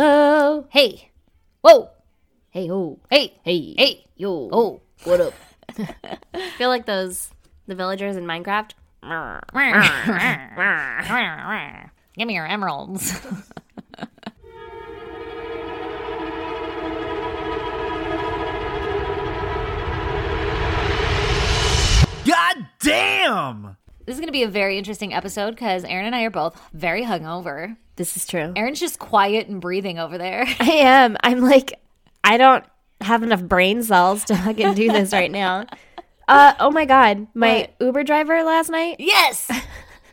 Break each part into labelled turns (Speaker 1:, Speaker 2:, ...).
Speaker 1: Hello.
Speaker 2: Hey. Whoa.
Speaker 1: Hey ho.
Speaker 2: Hey.
Speaker 1: Hey.
Speaker 2: Hey.
Speaker 1: Yo.
Speaker 2: Oh.
Speaker 1: What up?
Speaker 3: I feel like those the villagers in Minecraft.
Speaker 2: Give me your emeralds.
Speaker 4: God damn!
Speaker 2: this is going to be a very interesting episode because Aaron and I are both very hungover.
Speaker 3: This is true.
Speaker 2: Aaron's just quiet and breathing over there.
Speaker 3: I am. I'm like, I don't have enough brain cells to fucking do this right now. Uh, oh my god, my Uber driver last night.
Speaker 2: Yes.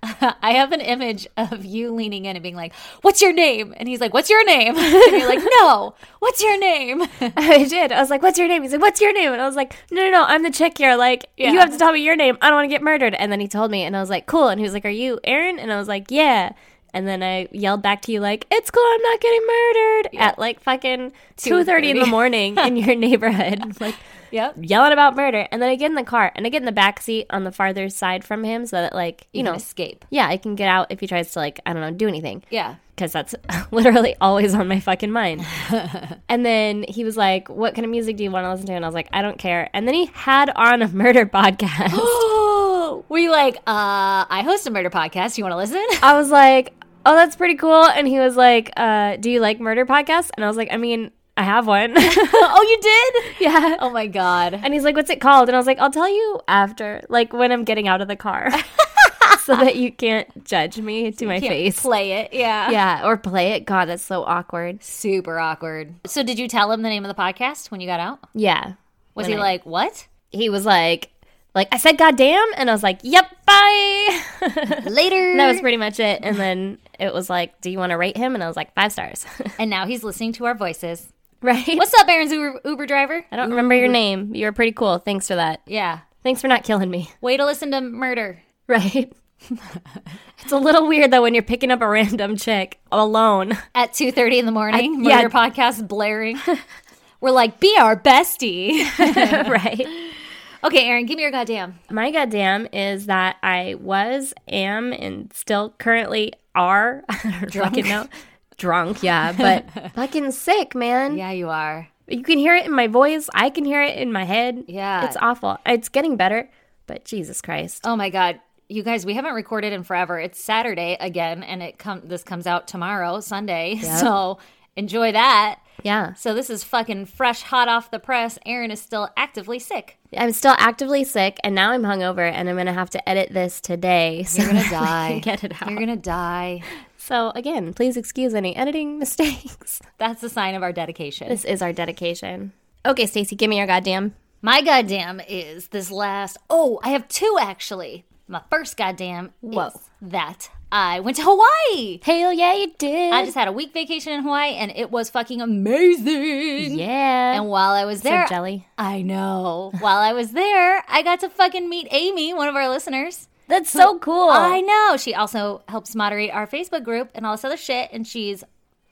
Speaker 2: I have an image of you leaning in and being like, "What's your name?" And he's like, "What's your name?" And you're like, "No, what's your name?"
Speaker 3: I did. I was like, "What's your name?" He's like, "What's your name?" And I was like, "No, no, no. I'm the chick here. Like, you have to tell me your name. I don't want to get murdered." And then he told me, and I was like, "Cool." And he was like, "Are you Aaron?" And I was like, "Yeah." And then I yelled back to you like, "It's cool. I'm not getting murdered." At like fucking two thirty in the
Speaker 2: 2:30.
Speaker 3: morning in your neighborhood, like
Speaker 2: Yep.
Speaker 3: yelling about murder. And then I get in the car and I get in the back seat on the farther side from him, so that like you
Speaker 2: You know,
Speaker 3: know,
Speaker 2: escape.
Speaker 3: yeah, I can get out if he tries to like I don't know do anything
Speaker 2: Yeah.
Speaker 3: because that's literally always on my fucking mind. and then he was like, What kind of music do you want to listen to? And I was like, I don't care. And then he had on a murder podcast.
Speaker 2: Oh, were you like, uh, I host a murder podcast. You want to listen?
Speaker 3: I was like, Oh, that's pretty cool. And he was like, uh, Do you like murder podcasts? And I was like, I mean, I have one.
Speaker 2: oh, you did?
Speaker 3: yeah.
Speaker 2: Oh my god.
Speaker 3: And he's like, What's it called? And I was like, I'll tell you after, like when I'm getting out of the car, so that you can't judge me to my
Speaker 2: Can't
Speaker 3: face.
Speaker 2: Play it. Yeah.
Speaker 3: yeah, or play it. God, that's so awkward.
Speaker 2: Super awkward. So, did you tell him the name of the podcast when you got out?
Speaker 3: Yeah.
Speaker 2: Was
Speaker 3: When
Speaker 2: he
Speaker 3: I-
Speaker 2: like, "What?"
Speaker 3: he was like, like I said, goddamn, and I was like, yep, bye. And
Speaker 2: Later.
Speaker 3: that was pretty much it. And then it was like, do you want to rate him? And I was like, five stars,
Speaker 2: and now he's listening to our voices.
Speaker 3: right?
Speaker 2: What's up, Aaron's Uber, Uber driver?
Speaker 3: I don't remember your name. You were pretty cool. Thanks for that.
Speaker 2: Yeah.
Speaker 3: Thanks for not killing me.
Speaker 2: Way to listen to murder.
Speaker 3: Right. it's a little weird though when you're picking up a random chick alone.
Speaker 2: at 2.30 in the morning
Speaker 3: yeah.
Speaker 2: murder podcast blaring we're like be our bestie
Speaker 3: right.
Speaker 2: okay aaron give me your goddamn
Speaker 3: My goddamn is that I was, am, and still currently are I don't fucking know. Drunk, yeah, but fucking sick, man.
Speaker 2: yeah you are
Speaker 3: You can hear it in my voice. I can hear it in my head.
Speaker 2: Yeah.
Speaker 3: It's awful. It's getting better, but Jesus Christ.
Speaker 2: oh my god you guys we haven't recorded in forever it's saturday again and it come this comes out tomorrow sunday so enjoy that
Speaker 3: Yeah.
Speaker 2: so this is fucking fresh hot off the press aaron is still actively sick
Speaker 3: I'm still actively sick and now I'm hungover and I'm going to have to edit this today. So
Speaker 2: you're gonna
Speaker 3: that we
Speaker 2: die
Speaker 3: can Get it out.
Speaker 2: you're gonna die
Speaker 3: So again, please excuse any editing mistakes.
Speaker 2: that's the sign of our dedication
Speaker 3: This is our dedication. Okay, Stacey, give me your goddamn.
Speaker 2: My goddamn is this last. Oh, I have two actually. My first goddamn
Speaker 3: Whoa.
Speaker 2: is that I went to Hawaii.
Speaker 3: Hell yeah, you did.
Speaker 2: I just had a week vacation in Hawaii and it was fucking amazing.
Speaker 3: yeah.
Speaker 2: And while I was there,
Speaker 3: jelly.
Speaker 2: I know. While I was there, I got to fucking meet Amy, one of our listeners.
Speaker 3: That's so cool.
Speaker 2: I know. She also helps moderate our Facebook group and all this other shit, and she's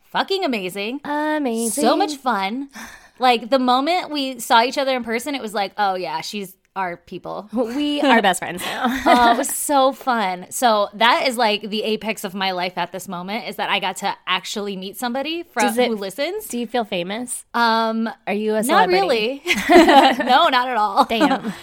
Speaker 2: fucking amazing
Speaker 3: Amazing.
Speaker 2: so much fun. Like the moment we saw each other in person, it was like, oh yeah, she's our people.
Speaker 3: We are best friends now.
Speaker 2: Oh, it was so fun. So that is like the apex of my life at this moment is that I got to actually meet somebody from
Speaker 3: Does it-
Speaker 2: who listens.
Speaker 3: Do you feel famous?
Speaker 2: Um,
Speaker 3: Are you a
Speaker 2: not
Speaker 3: celebrity?
Speaker 2: really. no, not at all.
Speaker 3: Damn.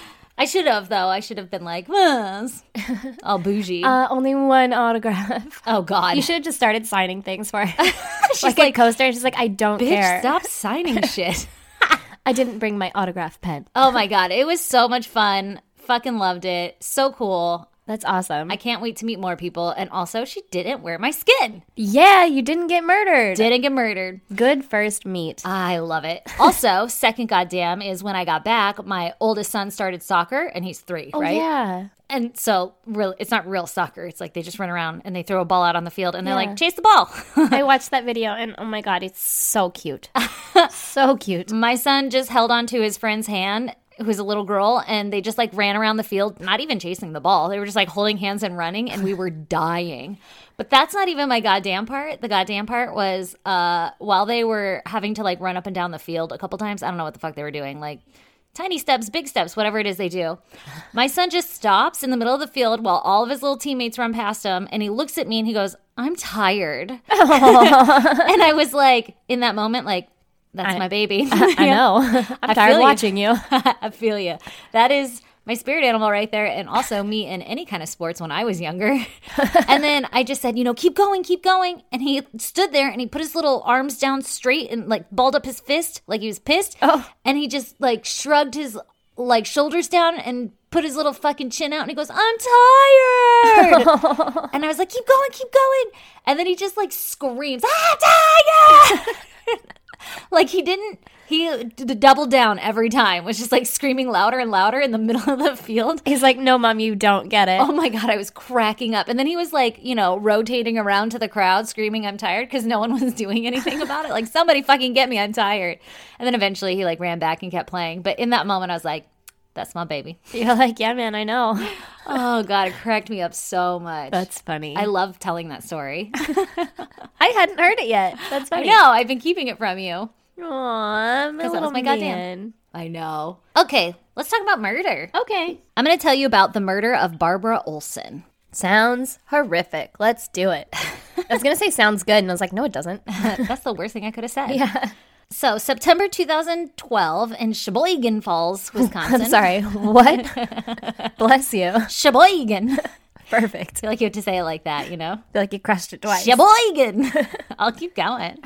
Speaker 2: I should have though. I should have been like, "Huh," all bougie.
Speaker 3: Uh, only one autograph.
Speaker 2: oh God,
Speaker 3: You should have just started signing things for her.
Speaker 2: She's
Speaker 3: like, a coaster. She's like, I don't
Speaker 2: bitch,
Speaker 3: care.
Speaker 2: stop signing shit.
Speaker 3: I didn't bring my autograph pen.
Speaker 2: Oh my God, it was so much fun. Fucking loved it. So cool.
Speaker 3: That's awesome.
Speaker 2: I can't wait to meet more people. And also, she didn't wear my skin.
Speaker 3: yeah, you didn't get murdered.
Speaker 2: Didn't get murdered.
Speaker 3: Good first meet.
Speaker 2: I love it. Also, second goddamn is when I got back, my oldest son started soccer and he's three,
Speaker 3: Oh,
Speaker 2: right?
Speaker 3: Yeah.
Speaker 2: And so real it's not real soccer. It's like they just run around and they throw a ball out on the field and they're
Speaker 3: Yeah.
Speaker 2: like, chase the ball.
Speaker 3: I watched that video and oh my God, it's so cute. so cute.
Speaker 2: my son just held on to his friend's hand, who's a little girl, and they just like ran around the field, not even chasing the ball. They were just like holding hands and running, and we were dying. But that's not even my goddamn part. The goddamn part was uh, while they were having to like run up and down the field a couple times. I don't know what the fuck they were doing, like Tiny steps, big steps, whatever it is they do. My son just stops in the middle of the field while all of his little teammates run past him and he looks at me and he goes, I'm tired. and I was like, in that moment, like, that's
Speaker 3: I-
Speaker 2: my baby.
Speaker 3: I know. I'm
Speaker 2: I
Speaker 3: tired
Speaker 2: feel you.
Speaker 3: watching you.
Speaker 2: I feel you. That is my spirit animal right there, and also me in any kind of sports when I was younger. and then I just said, you know, keep going, keep going. And he stood there and he put his little arms down straight and like balled up his fist like he was pissed.
Speaker 3: Oh.
Speaker 2: And he just like shrugged his like shoulders down and put his little fucking chin out and he goes, I'm tired. and I was like, keep going, keep going. And then he just like screams, ah, tiger. Like he didn't. He d- doubled down every time. Was just like screaming louder and louder in the middle of the field.
Speaker 3: He's like, no, mom, you don't get it.
Speaker 2: Oh my god, I was cracking up. And then he was like, you know, rotating around to the crowd, screaming, "I'm tired," because no one was doing anything about it. Like somebody fucking get me, I'm tired. And then eventually he like ran back and kept playing. But in that moment, I was like, "That's my baby."
Speaker 3: You're like, yeah, man, I know.
Speaker 2: Oh god, it cracked me up so much.
Speaker 3: That's funny.
Speaker 2: I love telling that story.
Speaker 3: I hadn't heard it yet. That's
Speaker 2: I
Speaker 3: funny.
Speaker 2: know. I've been keeping it from you.
Speaker 3: Aw, my
Speaker 2: 'Cause that was
Speaker 3: little
Speaker 2: my goddamn-
Speaker 3: man.
Speaker 2: I know. Okay, let's talk about murder.
Speaker 3: Okay.
Speaker 2: I'm going to tell you about the murder of Barbara Olson.
Speaker 3: Sounds horrific. Let's do it. I was gonna say sounds good, and I was like, no, it doesn't.
Speaker 2: That's the worst thing I could have said. Yeah. So, September 2012 in Sheboygan Falls, Wisconsin.
Speaker 3: I'm sorry. What? Bless you.
Speaker 2: Sheboygan. I
Speaker 3: Perfect.
Speaker 2: feel like you have to say it like that, you know?
Speaker 3: feel like you crushed it twice.
Speaker 2: Sheboygan. I'll keep going.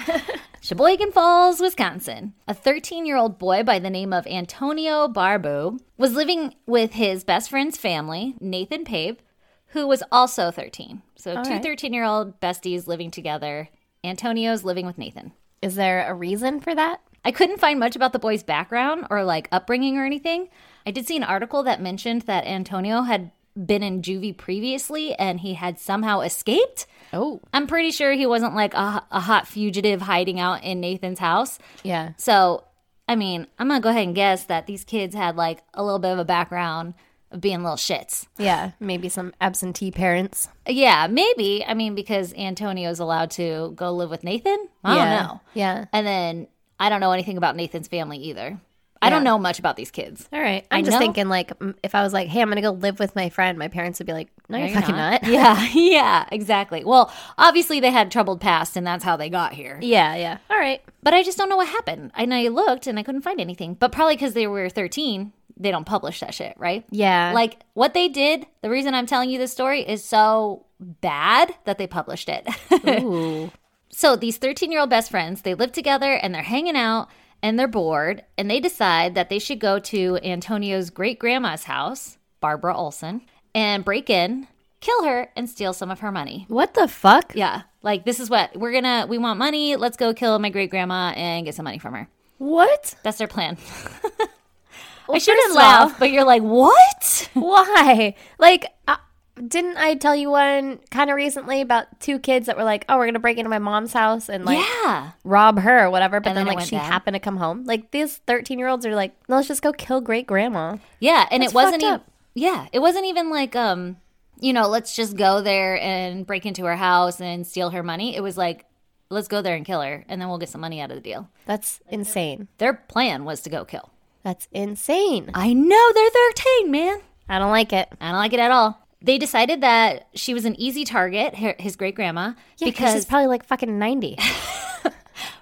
Speaker 2: Sheboygan Falls, Wisconsin. A 13 year old boy by the name of Antonio Barbu was living with his best friend's family, Nathan Pape, who was also 13. So, two
Speaker 3: right.
Speaker 2: 13 year old besties living together. Antonio's living with Nathan.
Speaker 3: Is there a reason for that?
Speaker 2: I couldn't find much about the boy's background or like upbringing or anything. I did see an article that mentioned that Antonio had been in juvie previously and he had somehow escaped.
Speaker 3: Oh,
Speaker 2: I'm pretty sure he wasn't like a, a hot fugitive hiding out in Nathan's house.
Speaker 3: yeah.
Speaker 2: So, I mean, I'm gonna go ahead and guess that these kids had like a little bit of a background of being little shits.
Speaker 3: Yeah. Maybe some absentee parents.
Speaker 2: Yeah, maybe. I mean, because Antonio's allowed to go live with Nathan.
Speaker 3: yeah.
Speaker 2: I don't know.
Speaker 3: Yeah.
Speaker 2: And then I don't know anything about Nathan's family either. I don't
Speaker 3: Yeah.
Speaker 2: know much about these kids.
Speaker 3: All right. I'm
Speaker 2: I
Speaker 3: just
Speaker 2: know.
Speaker 3: thinking, like, m- if I was like, hey, I'm going to go live with my friend, my parents would be like, no, you're, fucking not.
Speaker 2: yeah, yeah, exactly. Well, obviously they had troubled past and that's how they got here.
Speaker 3: Yeah. Yeah. All right.
Speaker 2: But I just don't know what happened. And I looked and I couldn't find anything. But probably because they were 13, they don't publish that shit, right?
Speaker 3: Yeah.
Speaker 2: Like what they did, the reason I'm telling you this story is so bad that they published it.
Speaker 3: ooh.
Speaker 2: So these 13 year old best friends, they live together and they're hanging out and they're bored and they decide that they should go to Antonio's great grandma's house, Barbara Olson, and break in, kill her, and steal some of her money.
Speaker 3: What the fuck?
Speaker 2: Yeah. Like this is what we're gonna we want money, let's go kill my great grandma and get some money from her.
Speaker 3: What?
Speaker 2: That's their plan. I
Speaker 3: Well, first
Speaker 2: shouldn't
Speaker 3: of all-
Speaker 2: laugh, but you're like, what?
Speaker 3: Why? Like, uh, didn't I tell you one kind of recently about two kids that were like, oh, we're going to break into my mom's house and like
Speaker 2: yeah.
Speaker 3: rob her or whatever? But
Speaker 2: And
Speaker 3: then,
Speaker 2: then it
Speaker 3: like,
Speaker 2: went
Speaker 3: she
Speaker 2: bad.
Speaker 3: happened to come home. Like, these 13 year olds are like, no, let's just go kill great grandma.
Speaker 2: Yeah, and
Speaker 3: That's
Speaker 2: it wasn't
Speaker 3: fucked
Speaker 2: even
Speaker 3: up.
Speaker 2: yeah, it wasn't even like um, you know, let's just go there and break into her house and steal her money. It was like let's go there and kill her and then we'll get some money out of the deal.
Speaker 3: That's insane.
Speaker 2: Their plan was to go kill.
Speaker 3: That's insane.
Speaker 2: I know they're 13, man.
Speaker 3: I don't like it.
Speaker 2: I don't like it at all. They decided that she was an easy target, her, his great grandma,
Speaker 3: because she's
Speaker 2: because
Speaker 3: probably like fucking 90.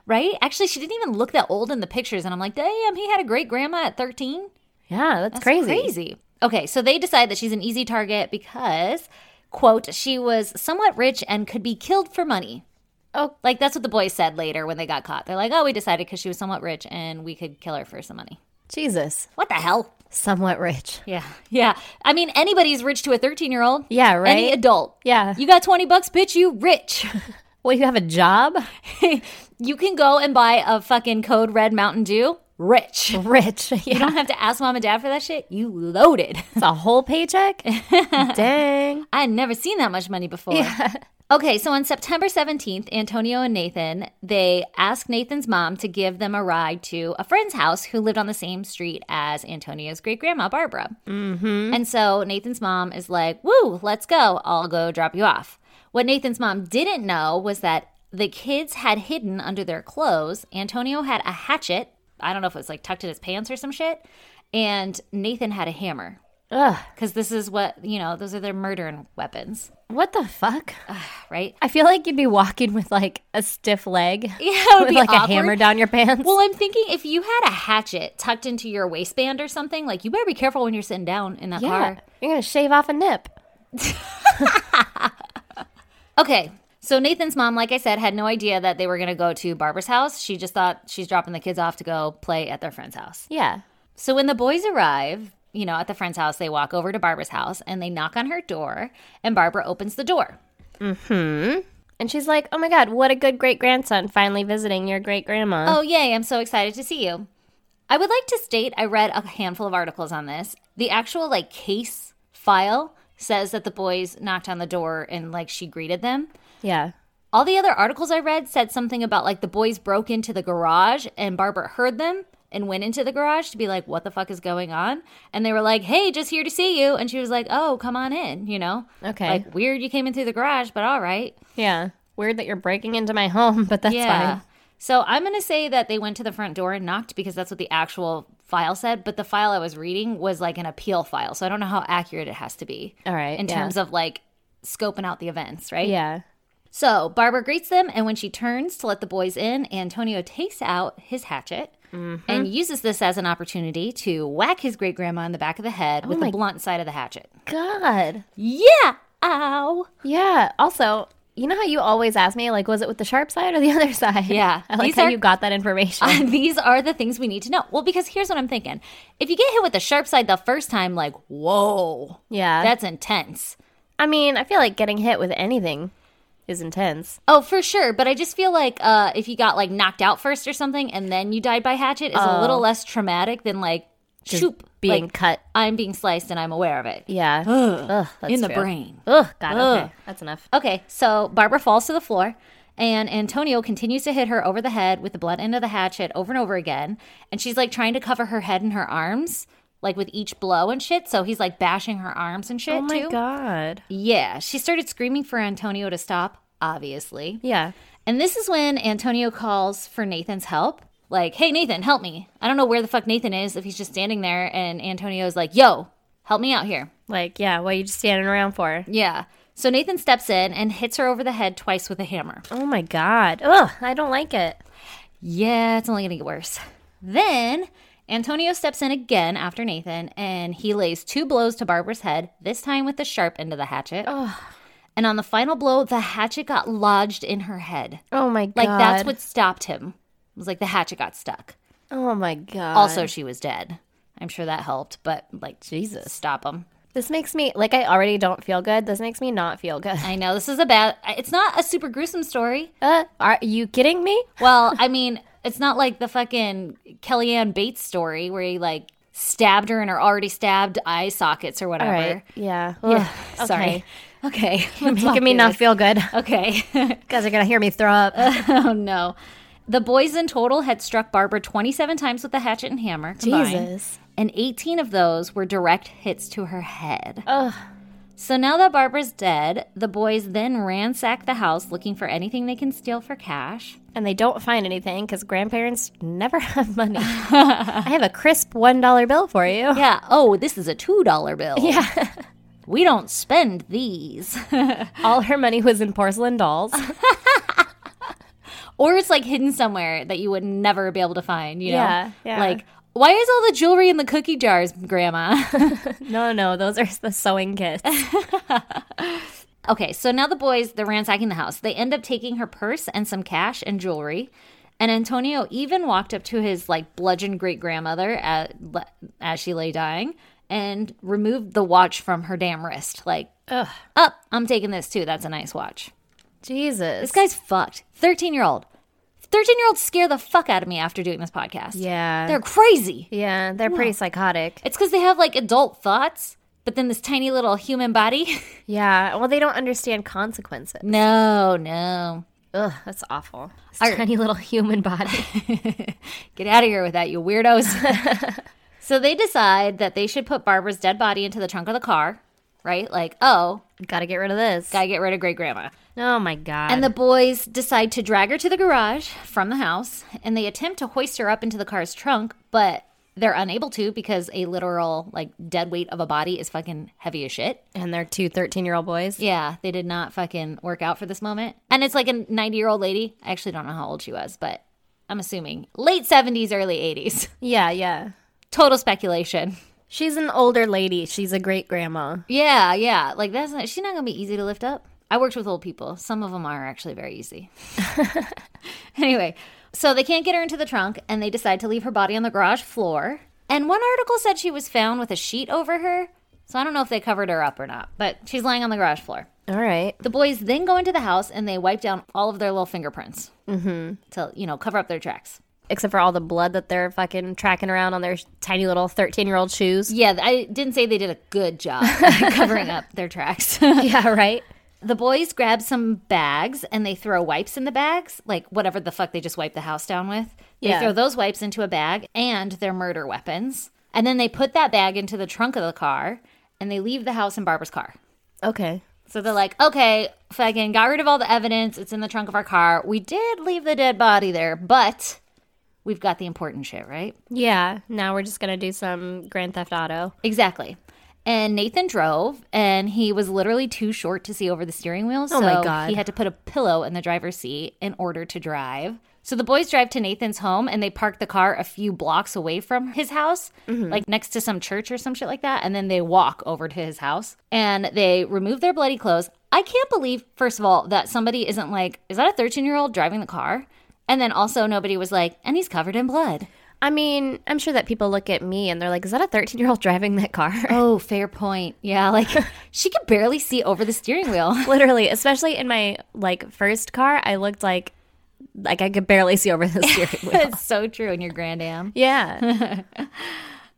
Speaker 2: right? Actually, she didn't even look that old in the pictures and I'm like, "Damn, he had a great grandma at 13?"
Speaker 3: yeah, that's,
Speaker 2: That's
Speaker 3: crazy.
Speaker 2: Crazy. Okay, so they decide that she's an easy target because, quote, she was somewhat rich and could be killed for money.
Speaker 3: Oh.
Speaker 2: Like that's what the boys said later when they got caught. They're like, "Oh, we decided because she was somewhat rich and we could kill her for some money."
Speaker 3: Jesus.
Speaker 2: What the hell?
Speaker 3: Somewhat rich.
Speaker 2: Yeah, yeah. I mean, anybody's rich to a thirteen-year-old.
Speaker 3: Yeah, right?
Speaker 2: Any adult.
Speaker 3: Yeah.
Speaker 2: You got twenty bucks, bitch. You rich.
Speaker 3: well, you have a job?
Speaker 2: you can go and buy a fucking code red Mountain Dew. Rich. You
Speaker 3: Rich. Yeah.
Speaker 2: don't have to ask mom and dad for that shit. You loaded.
Speaker 3: It's a whole paycheck? Dang.
Speaker 2: I had never seen that much money before. Okay, so on September 17th, Antonio and Nathan, they asked Nathan's mom to give them a ride to a friend's house who lived on the same street as Antonio's great grandma, Barbara. Mm-hmm. And so Nathan's mom is like, woo, let's go. I'll go drop you off. What Nathan's mom didn't know was that the kids had hidden under their clothes. Antonio had a hatchet. I don't know if it was like tucked in his pants or some shit. and Nathan had a hammer
Speaker 3: Ugh.
Speaker 2: because this is what you know; those are their murdering weapons,
Speaker 3: What the fuck?
Speaker 2: right?
Speaker 3: I feel like you'd be walking with like a stiff leg.
Speaker 2: Yeah, it would
Speaker 3: with
Speaker 2: be
Speaker 3: like
Speaker 2: awkward.
Speaker 3: a hammer down your pants.
Speaker 2: Well, I'm thinking if you had a hatchet tucked into your waistband or something, like you better be careful when you're sitting down in that
Speaker 3: yeah.
Speaker 2: car.
Speaker 3: You're gonna shave off a nip.
Speaker 2: Okay. So Nathan's mom, like I said, had no idea that they were going to go to Barbara's house. She just thought she's dropping the kids off to go play at their friend's house.
Speaker 3: Yeah.
Speaker 2: So when the boys arrive, you know, at the friend's house, they walk over to Barbara's house and they knock on her door, and Barbara opens the door.
Speaker 3: And she's like, Oh my god, what a good great grandson finally visiting your great grandma.
Speaker 2: Oh, yay, I'm so excited to see you. I would like to state I read a handful of articles on this. The actual like case file says that the boys knocked on the door and like she greeted them.
Speaker 3: Yeah.
Speaker 2: All the other articles I read said something about like the boys broke into the garage and Barbara heard them and went into the garage to be like, what the fuck is going on? And they were like, hey, just here to see you. And she was like, oh, come on in, you know?
Speaker 3: Okay.
Speaker 2: Like, weird you came in through the garage, but all right.
Speaker 3: Yeah. Weird that you're breaking into my home, but that's
Speaker 2: yeah.
Speaker 3: fine.
Speaker 2: So I'm going to say that they went to the front door and knocked because that's what the actual file said. But the file I was reading was like an appeal file. So I don't know how accurate it has to be.
Speaker 3: All right,
Speaker 2: In
Speaker 3: yeah.
Speaker 2: terms of like scoping out the events, right?
Speaker 3: Yeah.
Speaker 2: So Barbara greets them, and when she turns to let the boys in, Antonio takes out his hatchet
Speaker 3: Mm-hmm.
Speaker 2: and uses this as an opportunity to whack his great grandma in the back of the
Speaker 3: Oh
Speaker 2: head with the blunt side of the hatchet.
Speaker 3: God.
Speaker 2: Yeah, ow.
Speaker 3: Yeah. Also, you know how you always ask me, like, was it with the sharp side or the other side?
Speaker 2: Yeah.
Speaker 3: I like
Speaker 2: These
Speaker 3: how
Speaker 2: are-
Speaker 3: you got that information.
Speaker 2: These are the things we need to know. Well, because here's what I'm thinking if you get hit with the sharp side the first time, like, whoa,
Speaker 3: yeah.
Speaker 2: that's intense.
Speaker 3: I mean, I feel like getting hit with anything is intense.
Speaker 2: Oh, for sure. But I just feel like uh, if you got like knocked out first or something and then you died by hatchet, it's a little less traumatic than like, shoop,
Speaker 3: Oh. Being
Speaker 2: like,
Speaker 3: cut.
Speaker 2: I'm being sliced and I'm aware of it.
Speaker 3: Yeah. Ugh, that's
Speaker 2: in the
Speaker 3: true.
Speaker 2: brain.
Speaker 3: Ugh, God,
Speaker 2: Ugh.
Speaker 3: okay. That's enough.
Speaker 2: Okay, so Barbara falls to the floor, and Antonio continues to hit her over the head with the blunt end of the hatchet over and over again. And she's like trying to cover her head and her arms, like with each blow and shit. So he's like bashing her arms and shit
Speaker 3: Oh my
Speaker 2: too.
Speaker 3: God.
Speaker 2: Yeah, she started screaming for Antonio to stop, obviously.
Speaker 3: Yeah.
Speaker 2: And this is when Antonio calls for Nathan's help. Like, hey, Nathan, help me. I don't know where the fuck Nathan is if he's just standing there. And Antonio's like, yo, help me out here.
Speaker 3: Like, yeah, what are you just standing around for?
Speaker 2: Yeah. So Nathan steps in and hits her over the head twice with a hammer.
Speaker 3: Oh my God. Ugh, I don't like it.
Speaker 2: Yeah, it's only going to get worse. Then Antonio steps in again after Nathan and he lays two blows to Barbara's head, this time with the sharp end of the hatchet. And on the final blow, the hatchet got lodged in her head.
Speaker 3: Oh my God.
Speaker 2: Like that's what stopped him. It was like the hatchet got stuck.
Speaker 3: Oh my God.
Speaker 2: Also, she was dead. I'm sure that helped, but like, Jesus, stop him.
Speaker 3: this makes me, like, I already don't feel good. This makes me not feel good.
Speaker 2: I know this is a bad, it's not a super gruesome story.
Speaker 3: Uh, are you kidding me?
Speaker 2: Well, I mean, it's not like the fucking Kellyanne Bates story where he like stabbed her in her already stabbed eye sockets or whatever.
Speaker 3: Yeah.
Speaker 2: Yeah.
Speaker 3: Ugh,
Speaker 2: Sorry. Okay.
Speaker 3: okay. Making me not feel good. You
Speaker 2: Okay.
Speaker 3: guys are gonna hear me throw up.
Speaker 2: oh no. The boys in total had struck Barbara 27 times with the hatchet and hammer. combined,
Speaker 3: Jesus.
Speaker 2: And 18 of those were direct hits to her head. So now that Barbara's dead, the boys then ransack the house looking for anything they can steal for cash.
Speaker 3: And they don't find anything because grandparents never have money. I have a crisp one dollar bill for you.
Speaker 2: Yeah. Oh, this is a $2 bill.
Speaker 3: Yeah.
Speaker 2: We don't spend these.
Speaker 3: All her money was in porcelain dolls.
Speaker 2: or it's like hidden somewhere that you would never be able to find, you know?
Speaker 3: Yeah, yeah.
Speaker 2: Like, why is all the jewelry in the cookie jars, Grandma?
Speaker 3: no, no, those are the sewing kits.
Speaker 2: okay, so now the boys, they're ransacking the house. They end up taking her purse and some cash and jewelry. And Antonio even walked up to his like bludgeoned great grandmother at- as she lay dying and removed the watch from her damn wrist. Like, up, I'm taking this too. That's a nice watch.
Speaker 3: Jesus.
Speaker 2: This guy's fucked. 13 year old. 13 year olds scare the fuck out of me after doing this podcast.
Speaker 3: Yeah.
Speaker 2: They're crazy.
Speaker 3: yeah, they're pretty psychotic.
Speaker 2: It's because they have like adult thoughts, but then this tiny little human body.
Speaker 3: Yeah. Well, they don't understand consequences.
Speaker 2: no, no.
Speaker 3: Ugh, that's awful. This tiny little human body.
Speaker 2: Get out of here with that, you weirdos. so they decide that they should put Barbara's dead body into the trunk of the car, right? Like, oh,
Speaker 3: Gotta get rid of this.
Speaker 2: gotta get rid of great grandma.
Speaker 3: Oh my god.
Speaker 2: And the boys decide to drag her to the garage from the house, and they attempt to hoist her up into the car's trunk, but they're unable to because a literal like dead weight of a body is fucking heavy as shit.
Speaker 3: And they're two 13 year old boys.
Speaker 2: Yeah, they did not fucking work out for this moment. And it's like a 90 year old lady. I actually don't know how old she was, but I'm assuming late 70s, early 80s.
Speaker 3: Yeah, yeah.
Speaker 2: Total speculation.
Speaker 3: She's an older lady. She's a great grandma.
Speaker 2: Yeah, yeah. Like that's not, she's not gonna be easy to lift up. I worked with old people. Some of them are actually very easy. anyway, so they can't get her into the trunk and they decide to leave her body on the garage floor. And one article said she was found with a sheet over her. So I don't know if they covered her up or not, but she's lying on the garage floor.
Speaker 3: All right.
Speaker 2: The boys then go into the house and they wipe down all of their little fingerprints to, you know, cover up their tracks.
Speaker 3: Except for all the blood that they're fucking tracking around on their tiny little 13 year old shoes.
Speaker 2: Yeah, I didn't say they did a good job at covering up their tracks.
Speaker 3: Yeah, right?
Speaker 2: The boys grab some bags and they throw wipes in the bags, like whatever the fuck they just wiped the house down with. They
Speaker 3: Yeah.
Speaker 2: throw those wipes into a bag and their murder weapons. And then they put that bag into the trunk of the car and they leave the house in Barbara's car.
Speaker 3: Okay.
Speaker 2: So they're like, okay, fucking got rid of all the evidence. It's in the trunk of our car. We did leave the dead body there, but we've got the important shit, right?
Speaker 3: Yeah. Now we're just going to do some Grand Theft Auto.
Speaker 2: Exactly. And Nathan drove, and he was literally too short to see over the steering wheel. So
Speaker 3: Oh my God.
Speaker 2: he had to put a pillow in the driver's seat in order to drive. So the boys drive to Nathan's home, and they park the car a few blocks away from his house,
Speaker 3: Mm-hmm.
Speaker 2: like next to some church or some shit like that. And then they walk over to his house, and they remove their bloody clothes. I can't believe, first of all, that somebody isn't like, is that a 13 year old driving the car? And then also, nobody was like, and he's covered in blood.
Speaker 3: I mean, I'm sure that people look at me and they're like, is that a 13 year old driving that car?
Speaker 2: Oh, fair point. Yeah, like she could barely see over the steering wheel.
Speaker 3: Literally, especially in my like first car, I looked like like I could barely see over the steering wheel.
Speaker 2: It's so true in your Grand Am.
Speaker 3: yeah.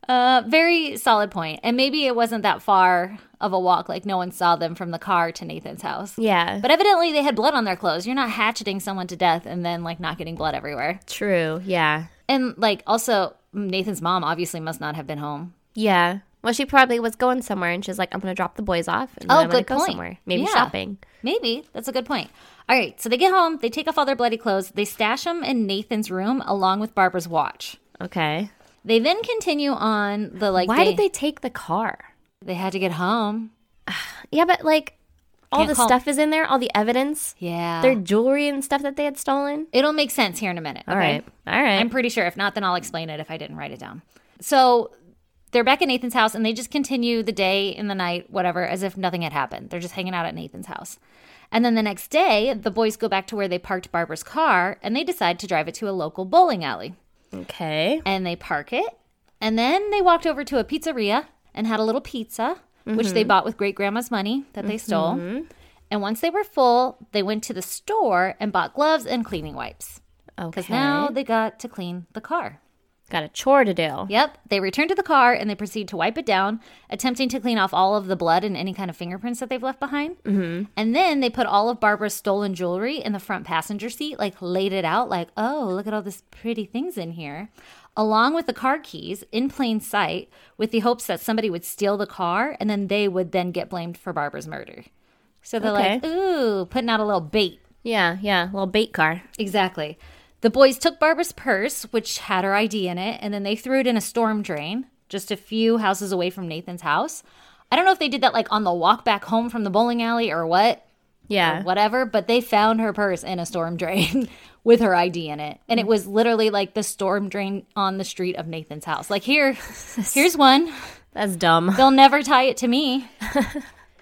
Speaker 2: Uh, very solid point. And maybe it wasn't that far of a walk, like no one saw them from the car to Nathan's house.
Speaker 3: Yeah.
Speaker 2: But evidently they had blood on their clothes. You're not hatcheting someone to death and then like not getting blood everywhere.
Speaker 3: true. Yeah.
Speaker 2: And like also mm, Nathan's mom obviously must not have been home.
Speaker 3: Yeah. Well, she probably was going somewhere, and she's like, "I'm gonna drop the boys off, and then
Speaker 2: Oh,
Speaker 3: I'm gonna
Speaker 2: good
Speaker 3: go
Speaker 2: point.
Speaker 3: somewhere, maybe
Speaker 2: Yeah.
Speaker 3: shopping."
Speaker 2: Maybe. That's a good point. All right, so they get home, they take off all their bloody clothes, they stash them in Nathan's room along with Barbara's watch.
Speaker 3: Okay.
Speaker 2: They then continue on the like.
Speaker 3: Why did they take the car?
Speaker 2: They had to get home.
Speaker 3: Yeah, but like, all
Speaker 2: Can't
Speaker 3: the
Speaker 2: call-
Speaker 3: stuff is in there, all the evidence,
Speaker 2: Yeah.
Speaker 3: their jewelry and stuff that they had stolen.
Speaker 2: It'll make sense here in a minute.
Speaker 3: All right. All right.
Speaker 2: I'm pretty sure. If not, then I'll explain it if I didn't write it down. So they're back at Nathan's house and they just continue the day and the night, whatever, as if nothing had happened. They're just hanging out at Nathan's house. And then the next day, the boys go back to where they parked Barbara's car and they decide to drive it to a local bowling alley.
Speaker 3: okay.
Speaker 2: And they park it. And then they walked over to a pizzeria and had a little pizza, which they bought with great grandma's money that they stole. And once they were full, they went to the store and bought gloves and cleaning wipes.
Speaker 3: Okay.
Speaker 2: Because now they got to clean the car.
Speaker 3: Got a chore to do.
Speaker 2: Yep, they return to the car and they proceed to wipe it down, attempting to clean off all of the blood and any kind of fingerprints that they've left behind. Mm-hmm. And then they put all of Barbara's stolen jewelry in the front passenger seat, like laid it out, like, oh, look at all this pretty things in here, along with the car keys in plain sight, with the hopes that somebody would steal the car and then they would then get blamed for Barbara's murder. So they're
Speaker 3: Okay.
Speaker 2: like, ooh, putting out a little bait.
Speaker 3: Yeah. Yeah. Little bait car.
Speaker 2: Exactly. The boys took Barbara's purse, which had her ID in it, and then they threw it in a storm drain just a few houses away from Nathan's house. I don't know if they did that like on the walk back home from the bowling alley or Oh, what,
Speaker 3: Yeah.
Speaker 2: whatever, but they found her purse in a storm drain with her ID in it. And it was literally like the storm drain on the street of Nathan's house. Like, here, here's one.
Speaker 3: That's dumb.
Speaker 2: They'll never tie it to me.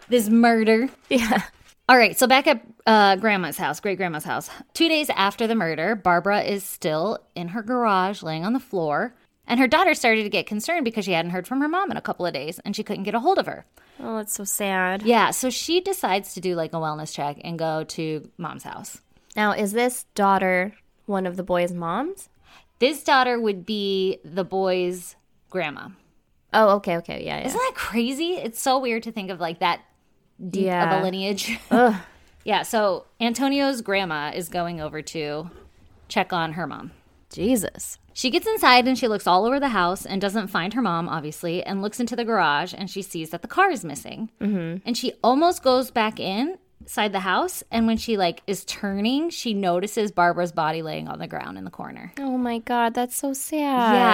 Speaker 2: this murder.
Speaker 3: Yeah.
Speaker 2: All right, so back at uh, grandma's house, great grandma's house. Two days after the murder, Barbara is still in her garage laying on the floor, and her daughter started to get concerned because she hadn't heard from her mom in a couple of days and she couldn't get a hold of her.
Speaker 3: Oh, that's so sad.
Speaker 2: Yeah, so she decides to do like a wellness check and go to mom's house.
Speaker 3: Now, is this daughter one of the boys' moms?
Speaker 2: This daughter would be the boy's grandma.
Speaker 3: Oh, okay, okay, yeah, yeah.
Speaker 2: Isn't that crazy? It's so weird to think of like that deep of
Speaker 3: Yeah.
Speaker 2: a lineage. yeah, so Antonio's grandma is going over to check on her mom.
Speaker 3: Jesus.
Speaker 2: She gets inside and she looks all over the house and doesn't find her mom, obviously, and looks into the garage and she sees that the car is missing. Mm-hmm. And she almost goes back in, outside the house, and when she like is turning, she notices Barbara's body laying on the ground in the corner.
Speaker 3: Oh my god, that's so
Speaker 2: Yeah,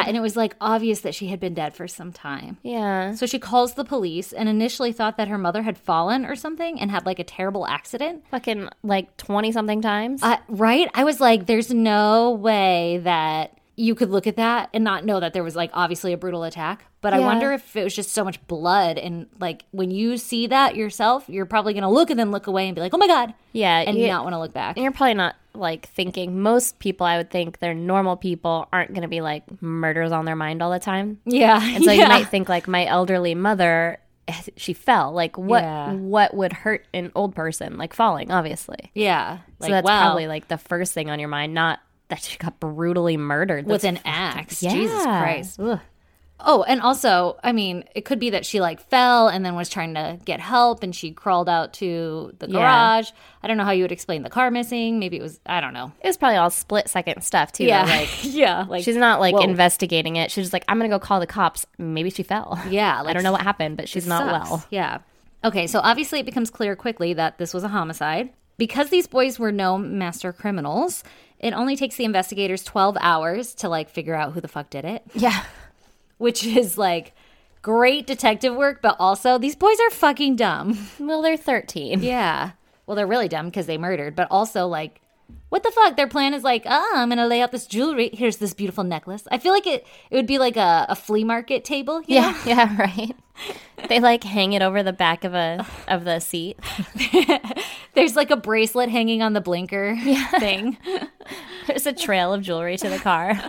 Speaker 3: sad.
Speaker 2: and it was like obvious that she had been dead for some time.
Speaker 3: Yeah. Yeah.
Speaker 2: So she calls the police and initially thought that her mother had fallen or something and had like a terrible accident.
Speaker 3: Fucking like 20 something times.
Speaker 2: Uh, right? I was like, there's no way that you could look at that and not know that there was like obviously a brutal attack. But I
Speaker 3: Yeah.
Speaker 2: wonder if it was just so much blood. And like when you see that yourself, you're probably going to look and then look away and be like, oh my God.
Speaker 3: yeah.
Speaker 2: And
Speaker 3: you-
Speaker 2: not want to look back.
Speaker 3: And you're probably not like thinking most people i would think they're normal people aren't going to be like murders on their mind all the time
Speaker 2: Yeah.
Speaker 3: and so you
Speaker 2: yeah.
Speaker 3: might think like my elderly mother eh, she fell like what
Speaker 2: Yeah.
Speaker 3: what would hurt an old person like falling obviously
Speaker 2: Yeah. Like,
Speaker 3: so that's
Speaker 2: wow.
Speaker 3: probably like the first thing on your mind not that she got brutally murdered
Speaker 2: with
Speaker 3: That's-
Speaker 2: an axe. Jesus
Speaker 3: Yeah.
Speaker 2: Christ.
Speaker 3: Ugh.
Speaker 2: Oh, and also, I mean, it could be that she like fell and then was trying to get help and she crawled out to the
Speaker 3: Yeah.
Speaker 2: garage. I don't know how you would explain the car missing. Maybe it was, I don't know.
Speaker 3: it was probably all split second stuff too
Speaker 2: Yeah.
Speaker 3: like
Speaker 2: yeah. Like,
Speaker 3: she's not like
Speaker 2: Whoa.
Speaker 3: investigating it she's just like i'm gonna go call the cops maybe she fell
Speaker 2: yeah. Like,
Speaker 3: i don't know what happened but she's not
Speaker 2: sucks.
Speaker 3: well
Speaker 2: Yeah. Okay, so obviously it becomes clear quickly that this was a homicide. Because these boys were no master criminals, it only takes the investigators 12 hours to like figure out who the fuck did it,
Speaker 3: yeah
Speaker 2: which is like great detective work, but also these boys are fucking dumb.
Speaker 3: well they're 13
Speaker 2: Yeah. Well, they're really dumb because they murdered, but also like, what the fuck? Their plan is like, ah, I'm gonna lay out this jewelry. Here's this beautiful necklace. I feel like it. It would be like a, a flea market table. you
Speaker 3: Yeah, yeah, right. they like hang it over the back of a of the seat.
Speaker 2: There's like a bracelet hanging on the blinker thing.
Speaker 3: There's a trail of jewelry to the car.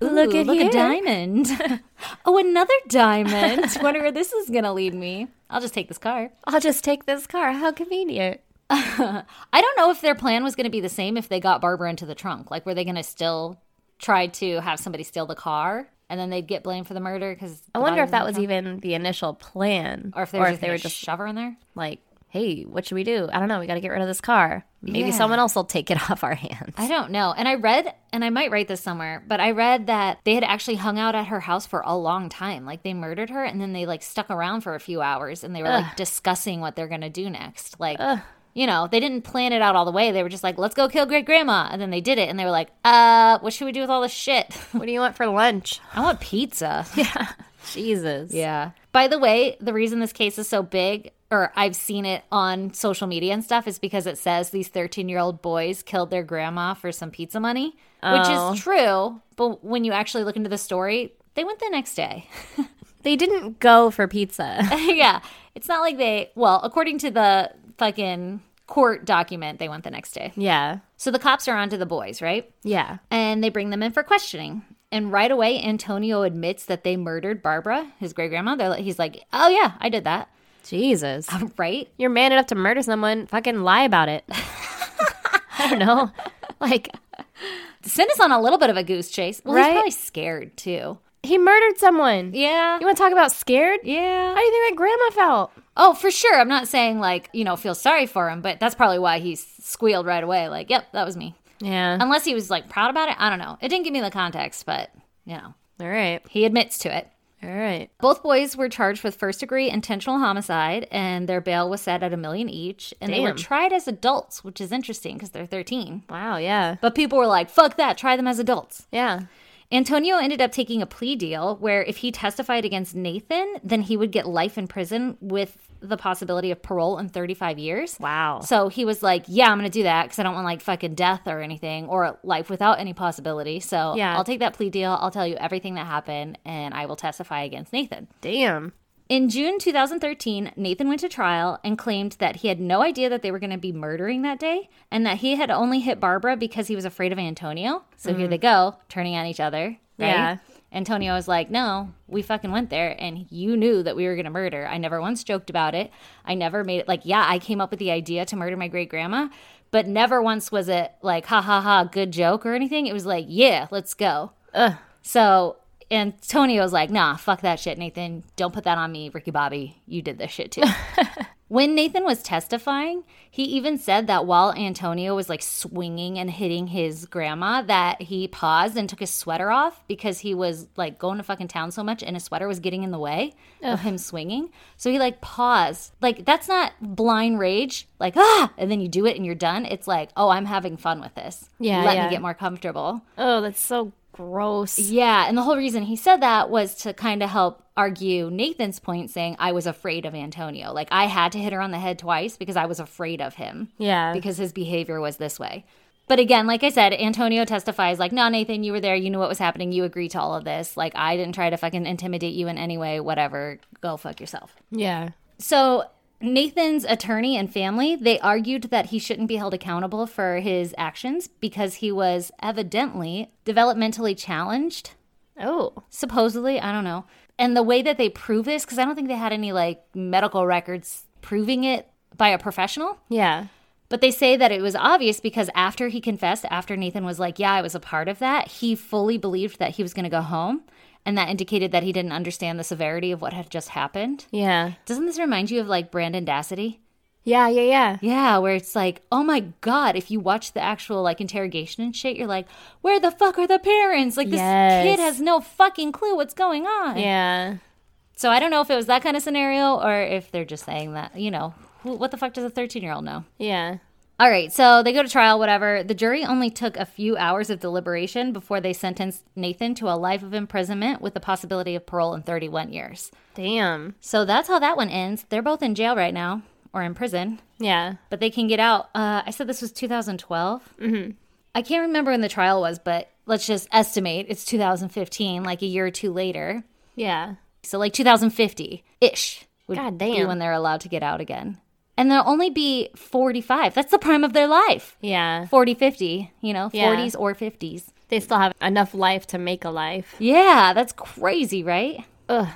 Speaker 2: look
Speaker 3: at
Speaker 2: look
Speaker 3: here.
Speaker 2: a diamond. oh, another diamond. Wonder where this is gonna lead me. I'll just take this car.
Speaker 3: I'll just take this car. How convenient.
Speaker 2: I don't know if their plan was gonna be the same if they got Barbara into the trunk. Like, were they gonna still try to have somebody steal the car and then they'd get blamed for the murder? Because
Speaker 3: I wonder if that was even the initial plan,
Speaker 2: or if they,
Speaker 3: or
Speaker 2: were,
Speaker 3: if they were just
Speaker 2: shove her in there.
Speaker 3: like, "Hey, what should we do? I don't know. We got to get rid of this car. Maybe
Speaker 2: Yeah.
Speaker 3: someone else will take it off our hands."
Speaker 2: I don't know. And I read, and I might write this somewhere, but I read that they had actually hung out at her house for a long time. Like they murdered her, and then they like stuck around for a few hours, and they were like discussing what they're gonna do next. Like. You know, they didn't plan it out all the way. They were just like, let's go kill great grandma. And then they did it. And they were like, uh, what should we do with all this shit?
Speaker 3: What do you want for lunch?
Speaker 2: I want pizza.
Speaker 3: Jesus.
Speaker 2: Yeah. By the way, the reason this case is so big, or I've seen it on social media and stuff, is because it says these 13 year old boys killed their grandma for some pizza money,
Speaker 3: Oh.
Speaker 2: which is true. But when you actually look into the story, they went the next day.
Speaker 3: They didn't go for pizza.
Speaker 2: yeah. It's not like they, well, according to the fucking court document, they went the next day.
Speaker 3: yeah.
Speaker 2: So the cops are onto the boys, right?
Speaker 3: Yeah.
Speaker 2: And they bring them in for questioning. And right away, Antonio admits that they murdered Barbara, his great grandma. They're like- He's like, oh, yeah, I did that.
Speaker 3: Jesus.
Speaker 2: Right?
Speaker 3: you're man enough to murder someone, fucking lie about it. I don't know. Like
Speaker 2: sent us on a little bit of a goose chase. Well,
Speaker 3: Right?
Speaker 2: he's probably scared too.
Speaker 3: he murdered someone.
Speaker 2: Yeah.
Speaker 3: You want to talk about scared? How
Speaker 2: Yeah.
Speaker 3: do you think that grandma felt?
Speaker 2: Oh, for sure. I'm not saying like, you know, feel sorry for him, but that's probably why he squealed right away. Like, yep, that was me.
Speaker 3: Yeah.
Speaker 2: Unless he was like proud about it. I don't know. It didn't give me the context, but, you know,
Speaker 3: all right.
Speaker 2: he admits to it.
Speaker 3: All right.
Speaker 2: Both boys were charged with first degree intentional homicide, and their bail was set at a million each. And they were
Speaker 3: Damn.
Speaker 2: tried as adults, which is interesting because they're 13.
Speaker 3: Wow. Yeah.
Speaker 2: But people were like, fuck that, try them as adults.
Speaker 3: Yeah.
Speaker 2: Antonio ended up taking a plea deal where if he testified against Nathan, then he would get life in prison with the possibility of parole in 35 years.
Speaker 3: Wow.
Speaker 2: So he was like, yeah, I'm going to do that because I don't want like fucking death or anything or life without any possibility. So
Speaker 3: Yeah.
Speaker 2: I'll take that plea deal. I'll tell you everything that happened and I will testify against Nathan.
Speaker 3: Damn.
Speaker 2: In June 2013, Nathan went to trial and claimed that he had no idea that they were going to be murdering that day and that he had only hit Barbara because he was afraid of Antonio. So here they go, turning on each other. Right?
Speaker 3: Yeah.
Speaker 2: Antonio was like, No, we fucking went there and you knew that we were going to murder. I never once joked about it. I never made it like, Yeah, I came up with the idea to murder my great grandma, but never once was it like, ha ha ha, good joke or anything. It was like, Yeah, let's go. So Antonio's like, nah, fuck that shit, Nathan. Don't put that on me, Ricky Bobby. You did this shit too. When Nathan was testifying, he even said that while Antonio was like swinging and hitting his grandma, that he paused and took his sweater off because he was like going to fucking town so much and his sweater was getting in the way of him swinging. So he like paused. Like, that's not blind rage, like, ah, and then you do it and you're done. It's like, oh, I'm having fun with this.
Speaker 3: Yeah,
Speaker 2: Let
Speaker 3: yeah.
Speaker 2: me get more comfortable.
Speaker 3: Oh, that's so gross.
Speaker 2: Yeah, and the whole reason he said that was to kind of help argue Nathan's point, saying I was afraid of Antonio. Like I had to hit her on the head twice because I was afraid of him
Speaker 3: Yeah.
Speaker 2: because his behavior was this way. But again, like I said, Antonio testifies like, "No, Nathan, you were there. You knew what was happening. You agreed to all of this. Like I didn't try to fucking intimidate you in any way. Whatever. Go fuck yourself."
Speaker 3: yeah.
Speaker 2: So Nathan's attorney and family, they argued that he shouldn't be held accountable for his actions because he was evidently developmentally challenged
Speaker 3: Oh.
Speaker 2: supposedly i don't know and the way that they prove this because i don't think they had any like medical records proving it by a professional
Speaker 3: Yeah.
Speaker 2: but they say that it was obvious because after he confessed after nathan was like yeah i was a part of that he fully believed that he was going to go home and that indicated that he didn't understand the severity of what had just happened
Speaker 3: Yeah.
Speaker 2: doesn't this remind you of like brandon dassity
Speaker 3: Yeah, yeah, yeah.
Speaker 2: yeah, where it's like, oh my god, if you watch the actual like interrogation and shit, you're like, where the fuck are the parents? Like this
Speaker 3: Yes.
Speaker 2: kid has no fucking clue what's going on.
Speaker 3: Yeah.
Speaker 2: So I don't know if it was that kind of scenario or if they're just saying that, you know, who, what the fuck does a 13 year old know?
Speaker 3: Yeah.
Speaker 2: All right, so they go to trial, whatever. The jury only took a few hours of deliberation before they sentenced Nathan to a life of imprisonment with the possibility of parole in 31 years.
Speaker 3: Damn.
Speaker 2: So that's how that one ends. They're both in jail right now or in prison,
Speaker 3: Yeah.
Speaker 2: but they can get out. Uh, I said this was 2012. Mm-hmm. I can't remember when the trial was, but let's just estimate it's 2015, like a year or two later.
Speaker 3: Yeah.
Speaker 2: So like 2050 ish would
Speaker 3: God
Speaker 2: be
Speaker 3: damn.
Speaker 2: when they're allowed to get out again. And they'll only be 45. That's the prime of their life.
Speaker 3: Yeah.
Speaker 2: 40, 50, you know,
Speaker 3: Yeah.
Speaker 2: 40s or 50s.
Speaker 3: They still have enough life to make a life.
Speaker 2: Yeah, that's crazy, right?
Speaker 3: Ugh.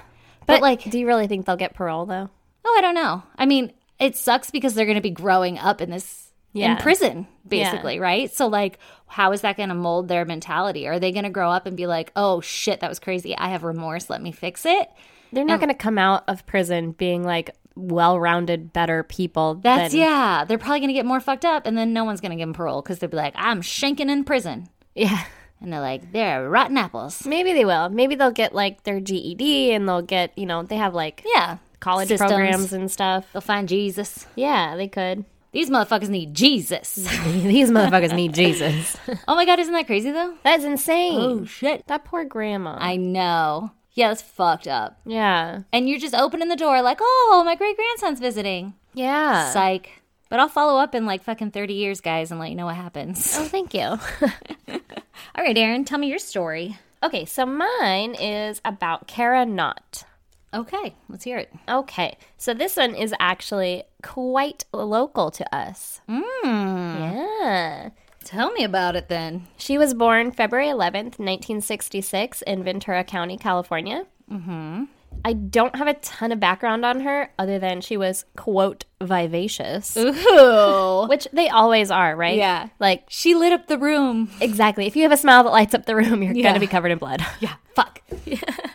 Speaker 2: But, like,
Speaker 3: do you really think they'll get parole though?
Speaker 2: oh, I don't know. I mean, it sucks because they're going to be growing up in this.
Speaker 3: Yeah.
Speaker 2: In prison, basically, right? So, like, how is that going to mold their mentality? Are they going to grow up and be like, oh shit, that was crazy. I have remorse. Let me fix it?
Speaker 3: They're not going to come out of prison being like well-rounded, better people.
Speaker 2: That's
Speaker 3: than-
Speaker 2: yeah. They're probably gonna get more fucked up, and then no one's gonna give them parole because they'll be like, "I'm shanking in prison,"
Speaker 3: Yeah.
Speaker 2: and they're like, "They're rotten apples."
Speaker 3: Maybe they will. Maybe they'll get like their GED and they'll get, you know, they have like
Speaker 2: Yeah,
Speaker 3: college
Speaker 2: Systems.
Speaker 3: programs and stuff.
Speaker 2: They'll find Jesus.
Speaker 3: Yeah, they could.
Speaker 2: These motherfuckers need Jesus.
Speaker 3: These motherfuckers need Jesus. Oh.
Speaker 2: oh my god, isn't that crazy though?
Speaker 3: That's insane.
Speaker 2: Oh, shit!
Speaker 3: That poor grandma.
Speaker 2: I know. Yeah, that's fucked up.
Speaker 3: yeah.
Speaker 2: And you're just opening the door like, "Oh, my great grandson's visiting."
Speaker 3: Yeah.
Speaker 2: Psych. But I'll follow up in like fucking thirty years, guys, and let you know what happens.
Speaker 3: oh, thank you.
Speaker 2: All right, Aaron, tell me your story.
Speaker 3: okay, so mine is about Kara Knott.
Speaker 2: Okay, let's hear it.
Speaker 3: Okay, so this one is actually quite local to us. Mm. Yeah.
Speaker 2: Tell me about it then.
Speaker 3: She was born February 11th, 1966, in Ventura County, California. Mm-hmm. I don't have a ton of background on her other than she was, quote, vivacious,
Speaker 2: Ooh,
Speaker 3: which they always are, right?
Speaker 2: Yeah.
Speaker 3: Like,
Speaker 2: she lit up the room.
Speaker 3: exactly. If you have a smile that lights up the room, you're going
Speaker 2: Yeah.
Speaker 3: to be covered in blood.
Speaker 2: Yeah, fuck.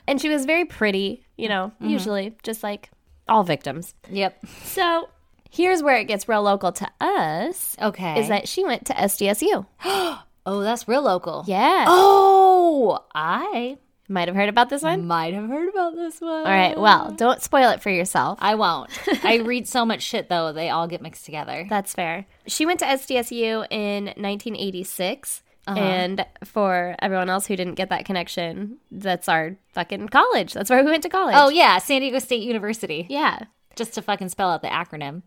Speaker 3: and she was very pretty, you know,
Speaker 2: Mm-hmm.
Speaker 3: usually, just like all victims.
Speaker 2: Yep.
Speaker 3: So here's where it gets real local to us
Speaker 2: Okay.
Speaker 3: is that she went to SDSU.
Speaker 2: Oh, that's real local.
Speaker 3: Yeah.
Speaker 2: Oh, I
Speaker 3: Might have heard about this one.
Speaker 2: might have heard about this one.
Speaker 3: All right. Well, don't spoil it for yourself.
Speaker 2: I won't. I read so much shit though; they all get mixed together.
Speaker 3: That's fair. She went to SDSU in 1986. And for everyone else who didn't get that connection, that's our fucking college. That's where we went to college.
Speaker 2: Oh yeah, San Diego State University.
Speaker 3: yeah.
Speaker 2: Just to fucking spell out the acronym.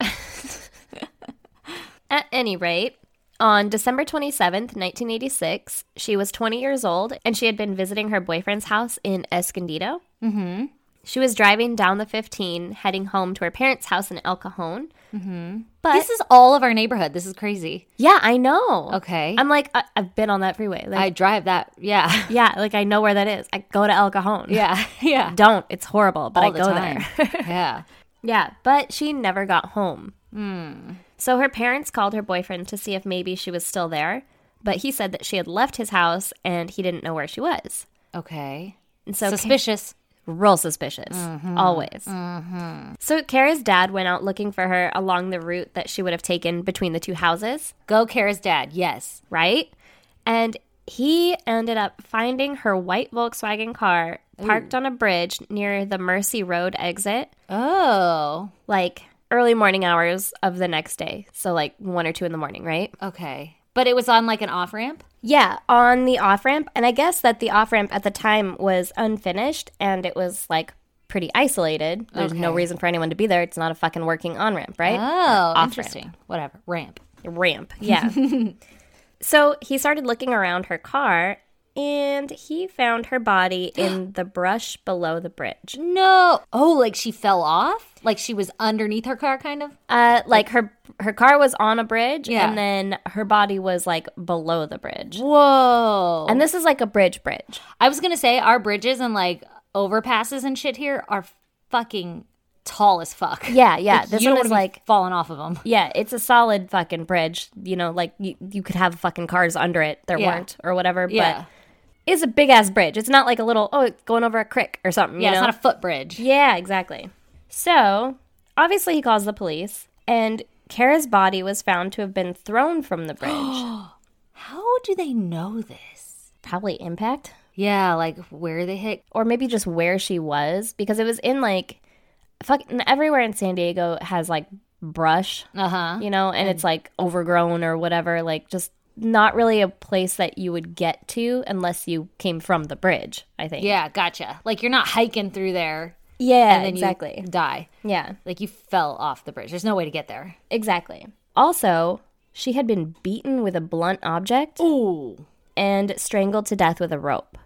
Speaker 3: At any rate, on December 27th, 1986, she was 20 years old and she had been visiting her boyfriend's house in Escondido. Mm-hmm. She was driving down the 15, heading home to her parents' house in El Cajon. Mm-hmm. But
Speaker 2: this is all of our neighborhood. This is crazy.
Speaker 3: yeah, I know.
Speaker 2: Okay.
Speaker 3: I'm like, I- I've been on that freeway. Like,
Speaker 2: I drive that. Yeah.
Speaker 3: Yeah, like I know where that is. I go to El Cajon.
Speaker 2: Yeah. Yeah.
Speaker 3: Don't. It's horrible, but
Speaker 2: all
Speaker 3: I
Speaker 2: the
Speaker 3: go
Speaker 2: time.
Speaker 3: there.
Speaker 2: yeah.
Speaker 3: yeah, but she never got home.
Speaker 2: Hmm.
Speaker 3: So her parents called her boyfriend to see if maybe she was still there, but he said that she had left his house and he didn't know where she was.
Speaker 2: Okay.
Speaker 3: And so
Speaker 2: Suspicious.
Speaker 3: real suspicious,
Speaker 2: Mm-hmm.
Speaker 3: always. So Kara's dad went out looking for her along the route that she would have taken between the two houses,
Speaker 2: Go Kara's dad. Yes.
Speaker 3: right? And he ended up finding her white Volkswagen car parked on a bridge near the Mercy Road exit,
Speaker 2: Oh.
Speaker 3: like early morning hours of the next day. So, like one or two in the morning, right?
Speaker 2: Okay. But it was on like an off ramp?
Speaker 3: Yeah, on the off ramp. And I guess that the off ramp at the time was unfinished and it was like pretty isolated. There's no
Speaker 2: Okay.
Speaker 3: reason for anyone to be there. It's not a fucking working on ramp, right?
Speaker 2: Oh, interesting. Whatever. Ramp.
Speaker 3: ramp. Yeah. so he started looking around her car and he found her body in the brush below the bridge.
Speaker 2: No. Oh, like she fell off? Like she was underneath her car, kind of?
Speaker 3: Uh like her her car was on a bridge
Speaker 2: Yeah.
Speaker 3: and then her body was like below the bridge.
Speaker 2: Whoa.
Speaker 3: And this is like a bridge bridge.
Speaker 2: I was going to say our bridges and like overpasses and shit here are fucking tall as fuck.
Speaker 3: Yeah, yeah.
Speaker 2: Like,
Speaker 3: this
Speaker 2: you don't
Speaker 3: one
Speaker 2: wanna
Speaker 3: is
Speaker 2: be
Speaker 3: like
Speaker 2: falling off of them.
Speaker 3: yeah, it's a solid fucking bridge. You know, like you, you could have fucking cars under it. There
Speaker 2: Yeah.
Speaker 3: weren't or whatever,
Speaker 2: Yeah.
Speaker 3: but it's a big ass bridge. It's not like a little oh, it's going over a creek or something.
Speaker 2: yeah.
Speaker 3: you
Speaker 2: It's
Speaker 3: know?
Speaker 2: not a footbridge.
Speaker 3: Yeah, exactly. So, obviously, he calls the police, and Kara's body was found to have been thrown from the bridge.
Speaker 2: How do they know this?
Speaker 3: Probably impact,
Speaker 2: Yeah. Like where they hit.
Speaker 3: or maybe just where she was, because it was in like fucking everywhere in San Diego has like brush,
Speaker 2: Uh huh.
Speaker 3: you know, and it's like overgrown or whatever, like just not really a place that you would get to unless you came from the bridge, I think.
Speaker 2: Yeah. Gotcha. Like you're not hiking through there
Speaker 3: Yeah,
Speaker 2: and then
Speaker 3: exactly.
Speaker 2: you die.
Speaker 3: yeah.
Speaker 2: Like you fell off the bridge. There's no way to get there.
Speaker 3: Exactly. Also, she had been beaten with a blunt object.
Speaker 2: Ooh.
Speaker 3: and strangled to death with a rope.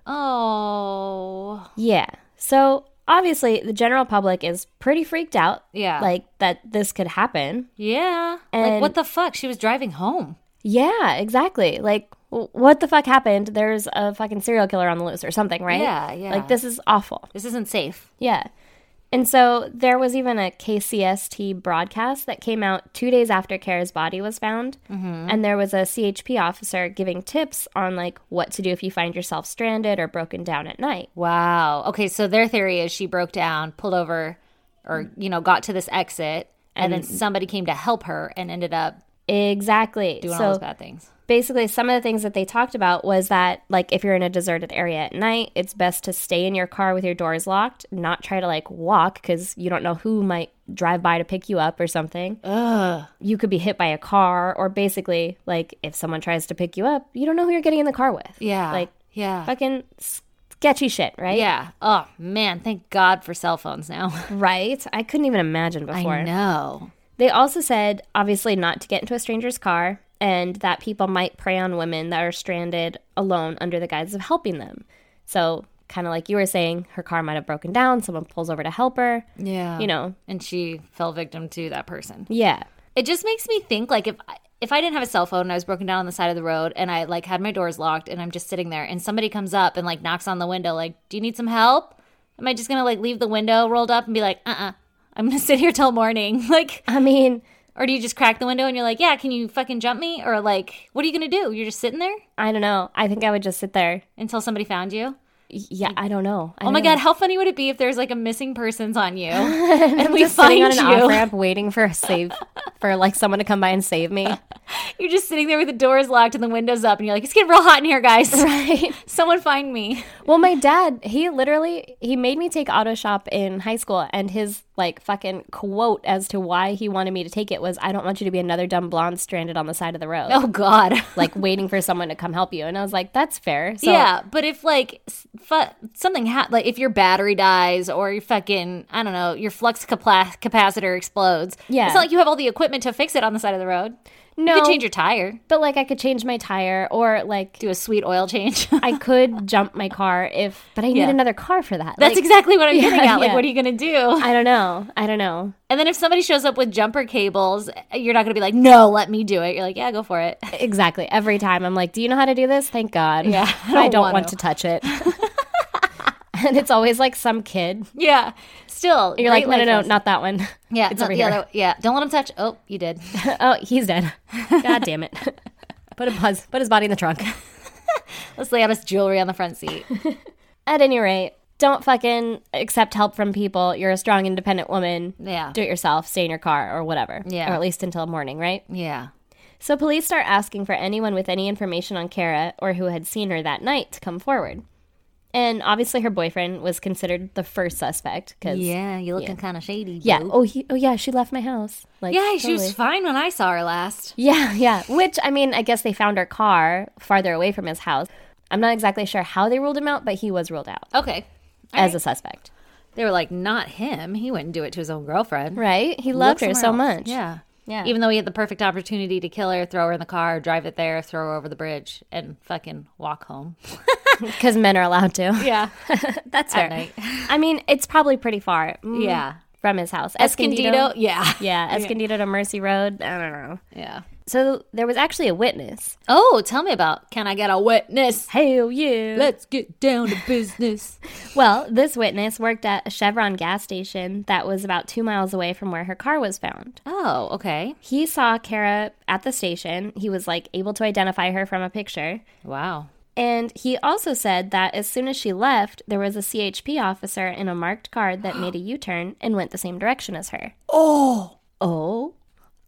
Speaker 2: Oh.
Speaker 3: Yeah. So obviously, the general public is pretty freaked out.
Speaker 2: Yeah.
Speaker 3: Like that this could happen.
Speaker 2: Yeah.
Speaker 3: And-
Speaker 2: like what the fuck? She was driving home.
Speaker 3: Yeah, exactly. Like, w- what the fuck happened? There's a fucking serial killer on the loose or something, right?
Speaker 2: Yeah, yeah.
Speaker 3: Like, this is awful.
Speaker 2: This isn't safe.
Speaker 3: Yeah. And so there was even a KCST broadcast that came out two days after Kara's body was found. And there was a CHP officer giving tips on, like, what to do if you find yourself stranded or broken down at night.
Speaker 2: Wow. Okay, so their theory is she broke down, pulled over, or you know, got to this exit, and, then somebody came to help her and ended up
Speaker 3: Exactly.
Speaker 2: doing
Speaker 3: so
Speaker 2: all those bad things.
Speaker 3: basically some of the things that they talked about was that like if you're in a deserted area at night it's best to stay in your car with your doors locked not try to like walk because you don't know who might drive by to pick you up or something you could be hit by a car or basically like if someone tries to pick you up you don't know who you're getting in the car with
Speaker 2: Yeah.
Speaker 3: like
Speaker 2: yeah.
Speaker 3: fucking sketchy shit right
Speaker 2: yeah. Oh man, thank God for cell phones now.
Speaker 3: right i couldn't even imagine before
Speaker 2: I know.
Speaker 3: They also said, obviously, not to get into a stranger's car and that people might prey on women that are stranded alone under the guise of helping them. So, kind of like you were saying, her car might have broken down, someone pulls over to help her,
Speaker 2: Yeah.
Speaker 3: you know.
Speaker 2: And she fell victim to that person.
Speaker 3: Yeah.
Speaker 2: It just makes me think like if I- if I didn't have a cell phone and I was broken down on the side of the road and I like had my doors locked and I'm just sitting there and somebody comes up and like knocks on the window like, "Do you need some help?" Am I just going to like leave the window rolled up and be like, "Uh-uh. I'm going to sit here till morning." Like
Speaker 3: I mean,
Speaker 2: or do you just crack the window and you're like, "Yeah, can you fucking jump me?" Or like, "What are you going to do? You're just sitting there
Speaker 3: I don't know. I think I would just sit there.
Speaker 2: until somebody found you?"
Speaker 3: Y- Yeah, I don't know. I
Speaker 2: Oh
Speaker 3: don't
Speaker 2: my
Speaker 3: know.
Speaker 2: god, how funny would it be if there's like a missing persons on you and we
Speaker 3: Just sitting
Speaker 2: find
Speaker 3: on an
Speaker 2: you?
Speaker 3: off ramp waiting for a save, for like someone to come by and save me.
Speaker 2: You're just sitting there with the doors locked and the windows up and you're like, "It's getting real hot in here, guys." Right. Someone find me.
Speaker 3: Well, my dad, he literally he made me take auto shop in high school, and his like fucking quote as to why he wanted me to take it was, "I don't want you to be another dumb blonde stranded on the side of the road,
Speaker 2: Oh God!
Speaker 3: like waiting for someone to come help you." And I was like, "That's fair." So,
Speaker 2: yeah, but if like s- fu- something ha- like if your battery dies or your fucking I don't know your flux capla- capacitor explodes,
Speaker 3: Yeah.
Speaker 2: it's not like you have all the equipment to fix it on the side of the road.
Speaker 3: no,
Speaker 2: You could change your tire,
Speaker 3: but like I could change my tire, or like
Speaker 2: do a sweet oil change.
Speaker 3: I could jump my car if, but I need
Speaker 2: Yeah.
Speaker 3: another car for that.
Speaker 2: That's
Speaker 3: Like,
Speaker 2: exactly what I'm getting at. Like,
Speaker 3: yeah.
Speaker 2: what are you gonna do?
Speaker 3: I don't know. I don't know.
Speaker 2: And then if somebody shows up with jumper cables, you're not gonna be like, "No, let me do it." You're like, "Yeah, go for it."
Speaker 3: Exactly. Every time I'm like, "Do you know how to do this?" Thank God.
Speaker 2: Yeah,
Speaker 3: I don't, want,
Speaker 2: wanna.
Speaker 3: to touch it. and it's always like some kid.
Speaker 2: Yeah. Still,
Speaker 3: You're like,
Speaker 2: great
Speaker 3: no, no,
Speaker 2: life
Speaker 3: no,
Speaker 2: lesson.
Speaker 3: not that one.
Speaker 2: Yeah,
Speaker 3: it's
Speaker 2: not
Speaker 3: over
Speaker 2: the
Speaker 3: here.
Speaker 2: other- yeah, don't let him touch. Oh, you did.
Speaker 3: oh, he's dead. God damn it. put a buzz, put his body in the trunk.
Speaker 2: Let's lay out his jewelry on the front seat.
Speaker 3: At any rate, don't fucking accept help from people. You're a strong, independent woman.
Speaker 2: Yeah.
Speaker 3: Do it yourself. Stay in your car or whatever.
Speaker 2: Yeah.
Speaker 3: Or at least until morning, right?
Speaker 2: Yeah.
Speaker 3: So police start asking for anyone with any information on Kara or who had seen her that night to come forward. And obviously, her boyfriend was considered the first suspect because
Speaker 2: Yeah, you're looking kind of shady.
Speaker 3: yeah.
Speaker 2: dude.
Speaker 3: Oh, he, oh yeah, she left my house. Like,
Speaker 2: yeah, she was
Speaker 3: totally.
Speaker 2: fine when I saw her last.
Speaker 3: Yeah, yeah. Which I mean, I guess they found her car farther away from his house. I'm not exactly sure how they ruled him out, but he was ruled out
Speaker 2: Okay.
Speaker 3: as a suspect.
Speaker 2: They were like, not him. He wouldn't do it to his own girlfriend.
Speaker 3: Right? He loved
Speaker 2: Look
Speaker 3: her so
Speaker 2: somewhere else.
Speaker 3: much.
Speaker 2: Yeah.
Speaker 3: Yeah.
Speaker 2: Even though he had the perfect opportunity to kill her, throw her in the car, drive it there, throw her over the bridge, and fucking walk home.
Speaker 3: Because men are allowed to.
Speaker 2: Yeah.
Speaker 3: That's fair.
Speaker 2: At night.
Speaker 3: I mean, it's probably pretty far. mm,
Speaker 2: Yeah.
Speaker 3: From his house.
Speaker 2: Escondido. Yeah.
Speaker 3: Yeah, Escondido to Mercy Road. I don't know.
Speaker 2: Yeah.
Speaker 3: So there was actually a witness.
Speaker 2: Oh, tell me about Can I Get a Witness?
Speaker 3: Hell yeah.
Speaker 2: Let's get down to business.
Speaker 3: Well, this witness worked at a Chevron gas station that was about two miles away from where her car was found.
Speaker 2: oh, okay.
Speaker 3: He saw Kara at the station. He was like able to identify her from a picture.
Speaker 2: Wow.
Speaker 3: And he also said that as soon as she left, there was a CHP officer in a marked car that made a U turn and went the same direction as her. Oh. Oh.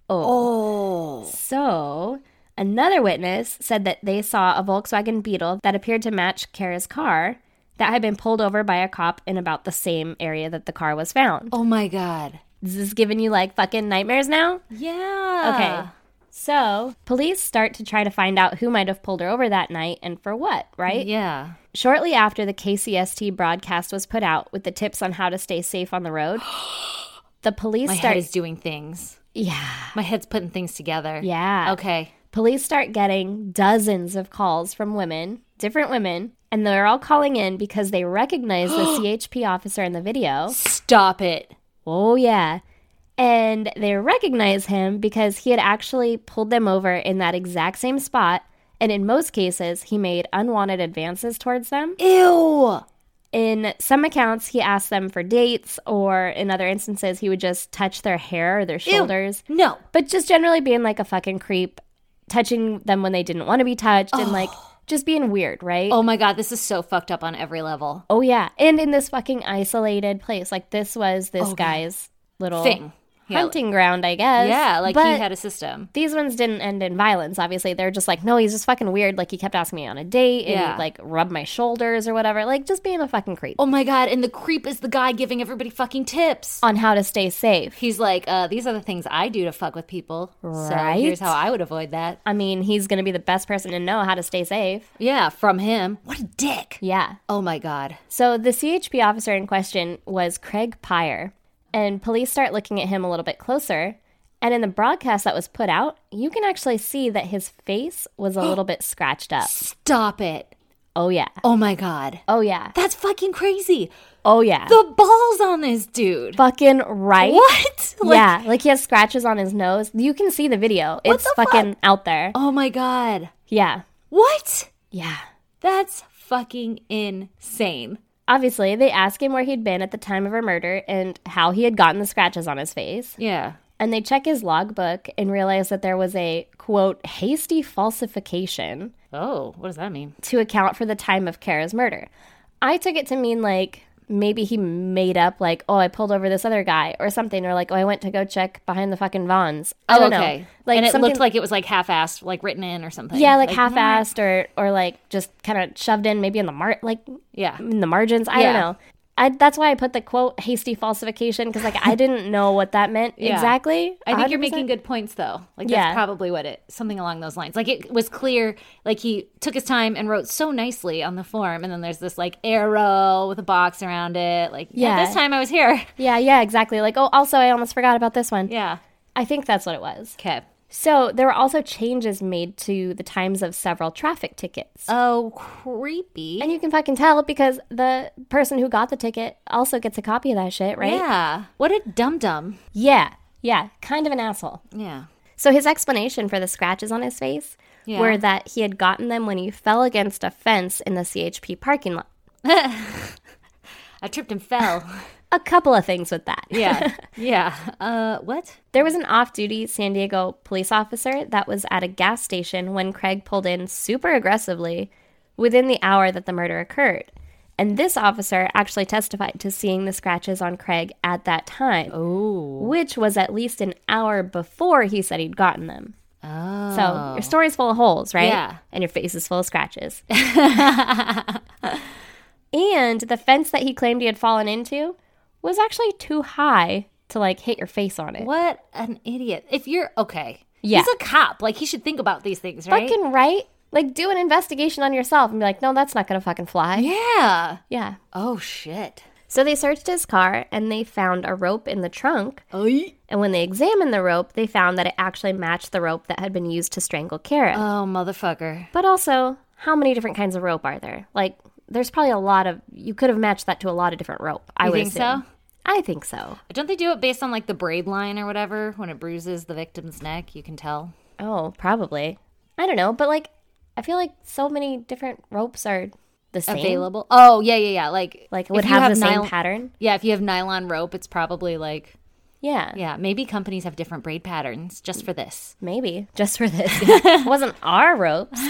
Speaker 3: Oh. So another witness said that they saw a Volkswagen Beetle that appeared to match Kara's car that had been pulled over by a cop in about the same area that the car was found.
Speaker 2: Oh my God.
Speaker 3: Is this giving you like fucking nightmares now?
Speaker 2: Yeah.
Speaker 3: Okay. Ah. So, police start to try to find out who might have pulled her over that night and for what, right?
Speaker 2: Yeah.
Speaker 3: Shortly after the KCST broadcast was put out with the tips on how to stay safe on the road, the police
Speaker 2: My
Speaker 3: start
Speaker 2: head is doing things.
Speaker 3: Yeah.
Speaker 2: My head's putting things together.
Speaker 3: Yeah.
Speaker 2: Okay.
Speaker 3: Police start getting dozens of calls from women, different women, and they're all calling in because they recognize the CHP officer in the video.
Speaker 2: Stop it.
Speaker 3: Oh, yeah. And they recognize him because he had actually pulled them over in that exact same spot. And in most cases, he made unwanted advances towards them.
Speaker 2: Ew.
Speaker 3: In some accounts, he asked them for dates, or in other instances, he would just touch their hair or their shoulders.
Speaker 2: No.
Speaker 3: But just generally being like a fucking creep, touching them when they didn't want to be touched, and like just being weird, right?
Speaker 2: Oh my God. This is so fucked up on every level.
Speaker 3: Oh, yeah. And in this fucking isolated place. Like, this was this guy's little
Speaker 2: Oh, Thing. Yeah.
Speaker 3: hunting ground, I guess.
Speaker 2: Yeah. Like
Speaker 3: but
Speaker 2: he had a system.
Speaker 3: these ones didn't end in violence, obviously. They're just like, no, he's just fucking weird. Like, he kept asking me on a date and
Speaker 2: Yeah.
Speaker 3: he'd, like rub my shoulders or whatever. Like, just being a fucking creep
Speaker 2: Oh my God. And the creep is the guy giving everybody fucking tips.
Speaker 3: on how to stay safe.
Speaker 2: He's like, uh, these are the things I do to fuck with people. So
Speaker 3: Right.
Speaker 2: here's how I would avoid that.
Speaker 3: I mean, he's going to be the best person to know how to stay safe.
Speaker 2: Yeah, from him. What a dick.
Speaker 3: Yeah.
Speaker 2: Oh my God.
Speaker 3: So the CHP officer in question was Craig Pyre, and police start looking at him a little bit closer. And in the broadcast that was put out, you can actually see that his face was a little bit scratched up.
Speaker 2: Stop it.
Speaker 3: Oh, yeah.
Speaker 2: Oh my God.
Speaker 3: Oh, yeah.
Speaker 2: That's fucking crazy.
Speaker 3: Oh, yeah.
Speaker 2: The balls on this dude.
Speaker 3: fucking right.
Speaker 2: What? Like,
Speaker 3: yeah, like he has scratches on his nose. You can see the video. It's
Speaker 2: the
Speaker 3: fucking out there.
Speaker 2: Oh my God.
Speaker 3: Yeah.
Speaker 2: What?
Speaker 3: Yeah.
Speaker 2: That's fucking insane.
Speaker 3: Obviously, they ask him where he'd been at the time of her murder and how he had gotten the scratches on his face.
Speaker 2: Yeah.
Speaker 3: And they check his logbook and realize that there was a quote hasty falsification
Speaker 2: Oh, what does that mean?
Speaker 3: to account for the time of Kara's murder. I took it to mean like maybe he made up like, oh, I pulled over this other guy or something, or like, oh, I went to go check behind the fucking Vons. I don't know.
Speaker 2: Like Oh, and it
Speaker 3: something-
Speaker 2: looked like it was like half-assed, like written in or something.
Speaker 3: Yeah, like, half-assed or or like just kind of shoved in, maybe in the mar like
Speaker 2: Yeah.
Speaker 3: in the margins. I don't
Speaker 2: Yeah.
Speaker 3: know. I, that's why I put the quote hasty falsification because like I didn't know what that meant
Speaker 2: Yeah.
Speaker 3: exactly.
Speaker 2: I think you are
Speaker 3: 100%.
Speaker 2: making good points though. Like that's
Speaker 3: Yeah.
Speaker 2: probably what it something along those lines. Like it was clear like he took his time and wrote so nicely on the form and then there's this like arrow with a box around it. Like yeah,
Speaker 3: Yeah.
Speaker 2: this time I was here.
Speaker 3: Yeah, yeah, exactly. Like oh, also I almost forgot about this one.
Speaker 2: Yeah.
Speaker 3: I think that's what it was.
Speaker 2: Okay.
Speaker 3: So there were also changes made to the times of several traffic tickets.
Speaker 2: Oh, creepy.
Speaker 3: and you can fucking tell because the person who got the ticket also gets a copy of that shit, right?
Speaker 2: Yeah. What a dum dum.
Speaker 3: Yeah. Yeah. Kind of an asshole.
Speaker 2: Yeah.
Speaker 3: So his explanation for the scratches on his face
Speaker 2: Yeah.
Speaker 3: were that he had gotten them when he fell against a fence in the CHP parking lot.
Speaker 2: I tripped and fell.
Speaker 3: A couple of things with that.
Speaker 2: yeah. Yeah. Uh what?
Speaker 3: There was an off duty San Diego police officer that was at a gas station when Craig pulled in super aggressively within the hour that the murder occurred. And this officer actually testified to seeing the scratches on Craig at that time,
Speaker 2: Oh.
Speaker 3: which was at least an hour before he said he'd gotten them.
Speaker 2: Oh.
Speaker 3: So your story's full of holes, right?
Speaker 2: Yeah.
Speaker 3: And your face is full of scratches. and the fence that he claimed he had fallen into was actually too high to like hit your face on it.
Speaker 2: What an idiot. If you're okay.
Speaker 3: Yeah.
Speaker 2: He's a cop. Like he should think about these things, right?
Speaker 3: Fucking right? Like do an investigation on yourself and be like, no, that's not gonna fucking fly.
Speaker 2: yeah.
Speaker 3: yeah.
Speaker 2: Oh shit.
Speaker 3: So they searched his car and they found a rope in the trunk. And when they examined the rope, they found that it actually matched the rope that had been used to strangle Kara.
Speaker 2: Oh motherfucker.
Speaker 3: But also, how many different kinds of rope are there? Like, there's probably a lot of. You could have matched that to a lot of different rope. I
Speaker 2: You
Speaker 3: would
Speaker 2: think
Speaker 3: assume.
Speaker 2: so?
Speaker 3: I think so.
Speaker 2: Don't they do it based on like the braid line or whatever? When it bruises the victim's neck, you can tell.
Speaker 3: Oh, probably. I don't know, but like, I feel like so many different ropes are the same.
Speaker 2: Available. Oh yeah, yeah, yeah. Like
Speaker 3: Like,
Speaker 2: if
Speaker 3: would
Speaker 2: you
Speaker 3: have, the same
Speaker 2: nylon-
Speaker 3: pattern.
Speaker 2: Yeah, if you have nylon rope, it's probably like
Speaker 3: Yeah,
Speaker 2: yeah. Maybe companies have different braid patterns just for this.
Speaker 3: maybe just for this. it wasn't our ropes.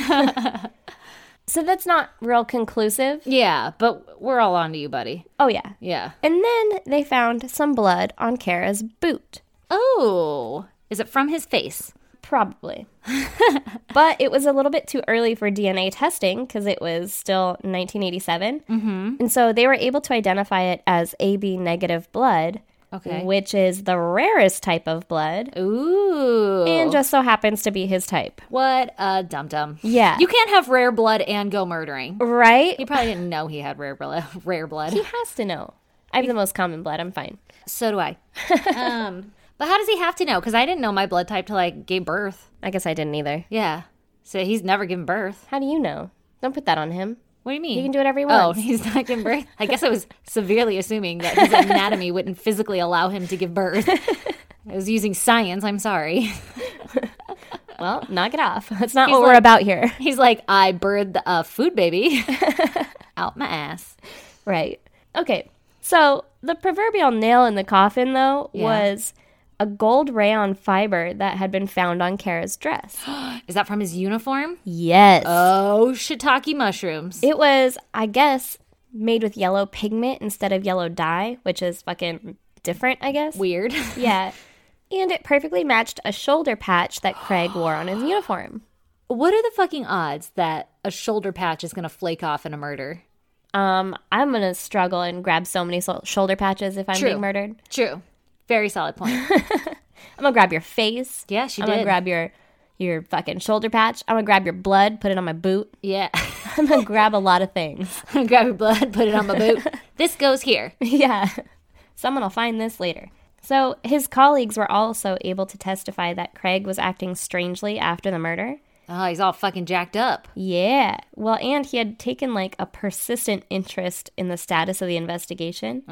Speaker 3: so that's not real conclusive.
Speaker 2: Yeah, but we're all on to you, buddy.
Speaker 3: Oh yeah.
Speaker 2: Yeah.
Speaker 3: And then they found some blood on Kara's boot.
Speaker 2: Oh, is it from his face?
Speaker 3: Probably. but it was a little bit too early for DNA testing because it was still 1987. Mm-hmm. And so they were able to identify it as AB negative blood,
Speaker 2: Okay.
Speaker 3: which is the rarest type of blood
Speaker 2: Ooh.
Speaker 3: and just so happens to be his type.
Speaker 2: What a dum dum.
Speaker 3: Yeah.
Speaker 2: You can't have rare blood and go murdering.
Speaker 3: Right?
Speaker 2: He probably didn't know he had rare blood. Rare blood.
Speaker 3: He has to know. I have the most common blood. I'm fine.
Speaker 2: So do I. um, but how does he have to know? Because I didn't know my blood type till I gave birth.
Speaker 3: I guess I didn't either.
Speaker 2: Yeah. So he's never given birth.
Speaker 3: How do you know? Don't put that on him.
Speaker 2: What do you mean?
Speaker 3: He can do whatever he
Speaker 2: Oh,
Speaker 3: wants.
Speaker 2: he's not giving birth. I guess I was severely assuming that his anatomy wouldn't physically allow him to give birth. I was using science. I'm sorry.
Speaker 3: Well, knock it off. That's not what
Speaker 2: He's
Speaker 3: we're
Speaker 2: like-
Speaker 3: about here.
Speaker 2: He's like, I birthed a food baby out my ass.
Speaker 3: Right. Okay. So the proverbial nail in the coffin, though,
Speaker 2: Yeah.
Speaker 3: was a gold rayon fiber that had been found on Kara's dress.
Speaker 2: Is that from his uniform?
Speaker 3: yes.
Speaker 2: Oh, shiitake mushrooms.
Speaker 3: It was, I guess, made with yellow pigment instead of yellow dye, which is fucking different, I guess.
Speaker 2: Weird.
Speaker 3: yeah. And it perfectly matched a shoulder patch that Craig wore on his uniform.
Speaker 2: What are the fucking odds that a shoulder patch is going to flake off in a murder?
Speaker 3: Um, I'm gonna struggle and grab so many so- shoulder patches if I'm
Speaker 2: True.
Speaker 3: being murdered.
Speaker 2: True. Very solid point.
Speaker 3: I'm gonna grab your face.
Speaker 2: Yeah, she
Speaker 3: I'm
Speaker 2: did.
Speaker 3: gonna grab your your fucking shoulder patch. I'm gonna grab your blood, put it on my boot.
Speaker 2: yeah.
Speaker 3: I'm gonna grab a lot of things.
Speaker 2: grab your blood, put it on my boot. this goes here.
Speaker 3: yeah. Someone will find this later. So his colleagues were also able to testify that Craig was acting strangely after the murder.
Speaker 2: Oh, he's all fucking jacked up.
Speaker 3: Yeah. Well, and he had taken like a persistent interest in the status of the investigation.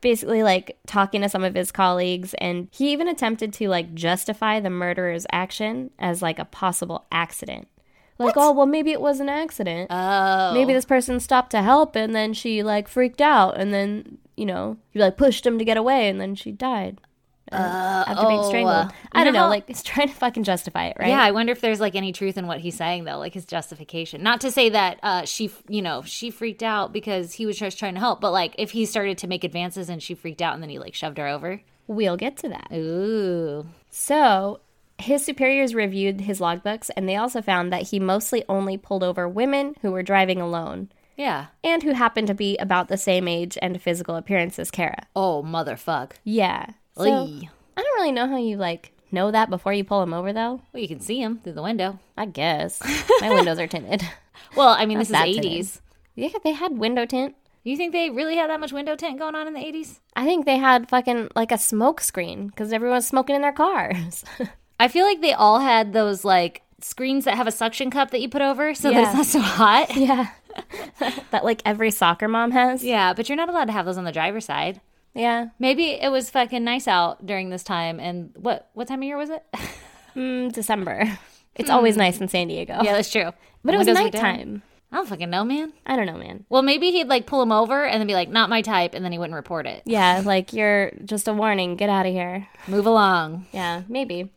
Speaker 3: Basically, like talking to some of his colleagues, and he even attempted to like justify the murderer's action as like a possible accident. Like, oh, well, maybe it was an accident.
Speaker 2: Oh.
Speaker 3: Maybe this person stopped to help and then she like freaked out and then, you know, you like pushed him to get away and then she died. Uh, after being
Speaker 2: oh,
Speaker 3: strangled.
Speaker 2: uh,
Speaker 3: I
Speaker 2: you
Speaker 3: don't
Speaker 2: know
Speaker 3: know,
Speaker 2: how-
Speaker 3: like he's trying to fucking justify it, right?
Speaker 2: Yeah, I wonder if there's like any truth in what he's saying though, like his justification. Not to say that uh, she, f- you know, she freaked out because he was just trying to help, but like if he started to make advances and she freaked out and then he like shoved her over.
Speaker 3: We'll get to that.
Speaker 2: Ooh,
Speaker 3: So his superiors reviewed his logbooks and they also found that he mostly only pulled over women who were driving alone
Speaker 2: yeah.
Speaker 3: and who happened to be about the same age and physical appearance as Kara.
Speaker 2: Oh motherfuck.
Speaker 3: Yeah. So,
Speaker 2: Oy.
Speaker 3: I don't really know how you like know that before you pull him over though.
Speaker 2: Well, you can see him through the window.
Speaker 3: I guess. My windows are tinted.
Speaker 2: Well, I mean, this is
Speaker 3: that
Speaker 2: '80s.
Speaker 3: Yeah, they had window tint.
Speaker 2: You think they really had that much window tint going on in the '80s?
Speaker 3: I think they had fucking like a smoke screen because everyone's smoking in their cars.
Speaker 2: I feel like they all had those like screens that have a suction cup that you put over so that
Speaker 3: Yeah.
Speaker 2: it's not so hot.
Speaker 3: yeah. that like every soccer mom has.
Speaker 2: yeah, but you're not allowed to have those on the driver's side.
Speaker 3: Yeah.
Speaker 2: Maybe it was fucking nice out during this time. And what what time of year was it?
Speaker 3: Mm, December.
Speaker 2: Hmm.
Speaker 3: It's always nice in San Diego.
Speaker 2: yeah, that's true.
Speaker 3: But it was
Speaker 2: Windows were down.
Speaker 3: nighttime.
Speaker 2: I don't fucking know, man.
Speaker 3: I don't know, man.
Speaker 2: Well, maybe he'd like pull him over and then be like, "Not my type," and then he wouldn't report it.
Speaker 3: Yeah, like you're just a warning. Get out of here.
Speaker 2: Move along.
Speaker 3: Yeah, maybe.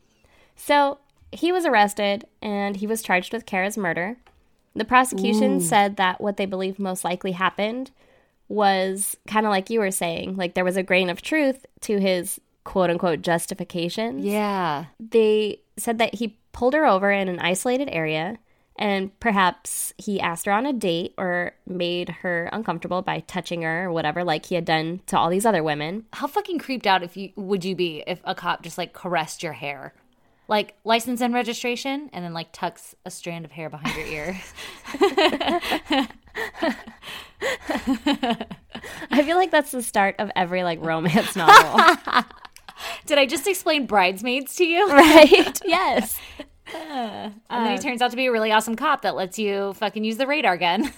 Speaker 3: So he was arrested and he was charged with Kara's murder. The prosecution said that what they believe most likely happened was kind of like you were saying, like there was a grain of truth to his quote unquote justification.
Speaker 2: Yeah.
Speaker 3: They said that he pulled her over in an isolated area and perhaps he asked her on a date or made her uncomfortable by touching her or whatever, like he had done to all these other women.
Speaker 2: How fucking creeped out if you would you be if a cop just like caressed your hair? Like license and registration and then like tucks a strand of hair behind your ear.
Speaker 3: I feel like that's the start of every like romance novel,
Speaker 2: Did I just explain bridesmaids to you?
Speaker 3: right? yes.
Speaker 2: And then he turns out to be a really awesome cop that lets you fucking use the radar gun.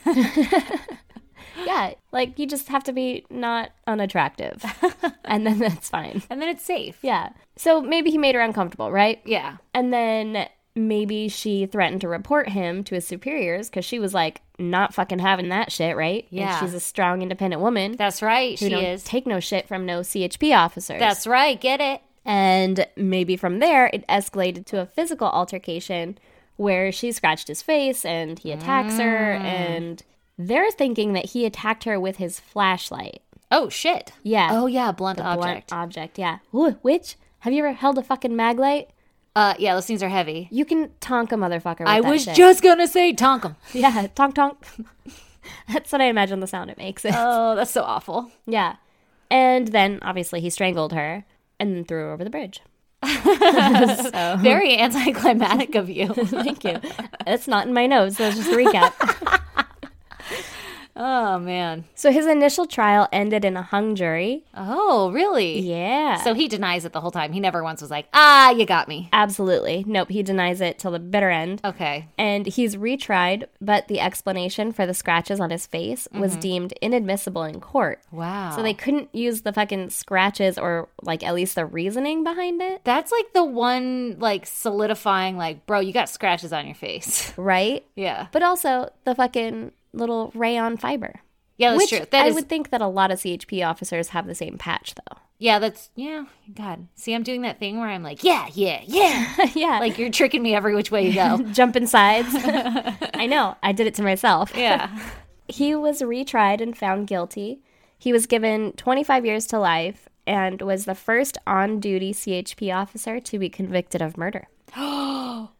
Speaker 3: Yeah, like you just have to be not unattractive. and then that's fine.
Speaker 2: and then it's safe.
Speaker 3: Yeah. So maybe he made her uncomfortable, right?
Speaker 2: Yeah.
Speaker 3: And then maybe she threatened to report him to his superiors because she was like, not fucking having that shit, right? And
Speaker 2: Yeah.
Speaker 3: she's a strong, independent woman.
Speaker 2: That's right.
Speaker 3: who
Speaker 2: she
Speaker 3: don't
Speaker 2: is.
Speaker 3: take no shit from no CHP officers.
Speaker 2: That's right. Get it.
Speaker 3: and maybe from there it escalated to a physical altercation where she scratched his face and he attacks her
Speaker 2: Mm.
Speaker 3: and they're thinking that he attacked her with his flashlight.
Speaker 2: Oh shit.
Speaker 3: Yeah.
Speaker 2: Oh yeah, blunt
Speaker 3: blunt
Speaker 2: object.
Speaker 3: object. Yeah. Ooh, which have you ever held a fucking mag light?
Speaker 2: uh yeah, those things are heavy.
Speaker 3: You can tonk a motherfucker. With
Speaker 2: I
Speaker 3: that
Speaker 2: was
Speaker 3: shit.
Speaker 2: just gonna say tonkum.
Speaker 3: yeah, tonk tonk. That's what I imagine the sound it makes.
Speaker 2: Oh, that's so awful.
Speaker 3: yeah, and then obviously he strangled her and then threw her over the bridge.
Speaker 2: Very anticlimactic of you.
Speaker 3: Thank you. That's not in my notes. That's just a recap.
Speaker 2: oh man.
Speaker 3: so his initial trial ended in a hung jury.
Speaker 2: Oh, really?
Speaker 3: Yeah.
Speaker 2: So he denies it the whole time. He never once was like, ah, you got me.
Speaker 3: absolutely. Nope. He denies it till the bitter end.
Speaker 2: Okay.
Speaker 3: And he's retried, but the explanation for the scratches on his face was deemed inadmissible in court.
Speaker 2: Mm-hmm. Wow.
Speaker 3: So they couldn't use the fucking scratches or like at least the reasoning behind it,
Speaker 2: that's like the one like solidifying like, bro, you got scratches on your face.
Speaker 3: right?
Speaker 2: Yeah.
Speaker 3: But also the fucking little rayon fiber.
Speaker 2: Yeah, that's
Speaker 3: Which
Speaker 2: true. That
Speaker 3: I
Speaker 2: is
Speaker 3: would think that a lot of CHP officers have the same patch though.
Speaker 2: Yeah, that's yeah, God. See, I'm doing that thing where I'm like, yeah, yeah, yeah.
Speaker 3: yeah.
Speaker 2: like you're tricking me every which way you go.
Speaker 3: jumping sides. I know. I did it to myself.
Speaker 2: yeah.
Speaker 3: He was retried and found guilty. He was given 25 years to life and was the first on duty CHP officer to be convicted of murder.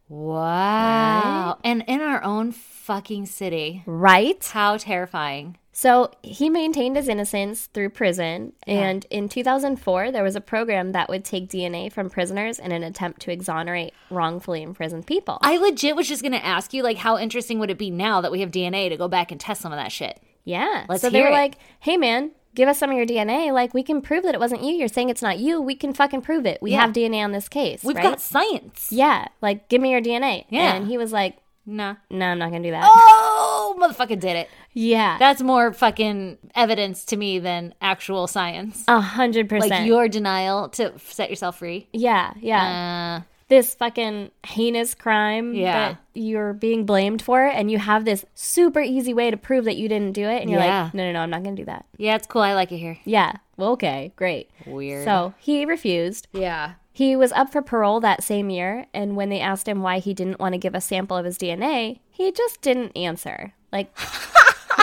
Speaker 2: Wow. And in our own fucking city.
Speaker 3: Right?
Speaker 2: How terrifying.
Speaker 3: So he maintained his innocence through prison. And in 2004, there was a program that would take DNA from prisoners in an attempt to exonerate wrongfully imprisoned people.
Speaker 2: I legit was just going to ask you, like, how interesting would it be now that we have DNA to go back and test some of that shit?
Speaker 3: Yeah.
Speaker 2: Let's
Speaker 3: so they
Speaker 2: hear
Speaker 3: were
Speaker 2: it.
Speaker 3: like, hey, man, give us some of your DNA. Like, we can prove that it wasn't you. You're saying it's not you. We can fucking prove it. We
Speaker 2: Yeah.
Speaker 3: have DNA on this case.
Speaker 2: We've
Speaker 3: right?
Speaker 2: got science.
Speaker 3: Yeah. Like, give me your DNA.
Speaker 2: Yeah.
Speaker 3: And he was like,
Speaker 2: Nah.
Speaker 3: no, I'm not going to do that.
Speaker 2: Oh, motherfucker did it.
Speaker 3: Yeah.
Speaker 2: That's more fucking evidence to me than actual science.
Speaker 3: A hundred
Speaker 2: Like
Speaker 3: percent.
Speaker 2: your denial to f- set yourself free.
Speaker 3: Yeah. Yeah.
Speaker 2: Uh,
Speaker 3: this fucking heinous crime
Speaker 2: Yeah.
Speaker 3: that you're being blamed for. And you have this super easy way to prove that you didn't do it. And you're
Speaker 2: Yeah.
Speaker 3: like, no, no, no, I'm not going to do that.
Speaker 2: yeah, it's cool. I like it here.
Speaker 3: Yeah. Well, okay. Great.
Speaker 2: Weird.
Speaker 3: So he refused.
Speaker 2: yeah.
Speaker 3: He was up for parole that same year, and when they asked him why he didn't want to give a sample of his DNA, he just didn't answer. Like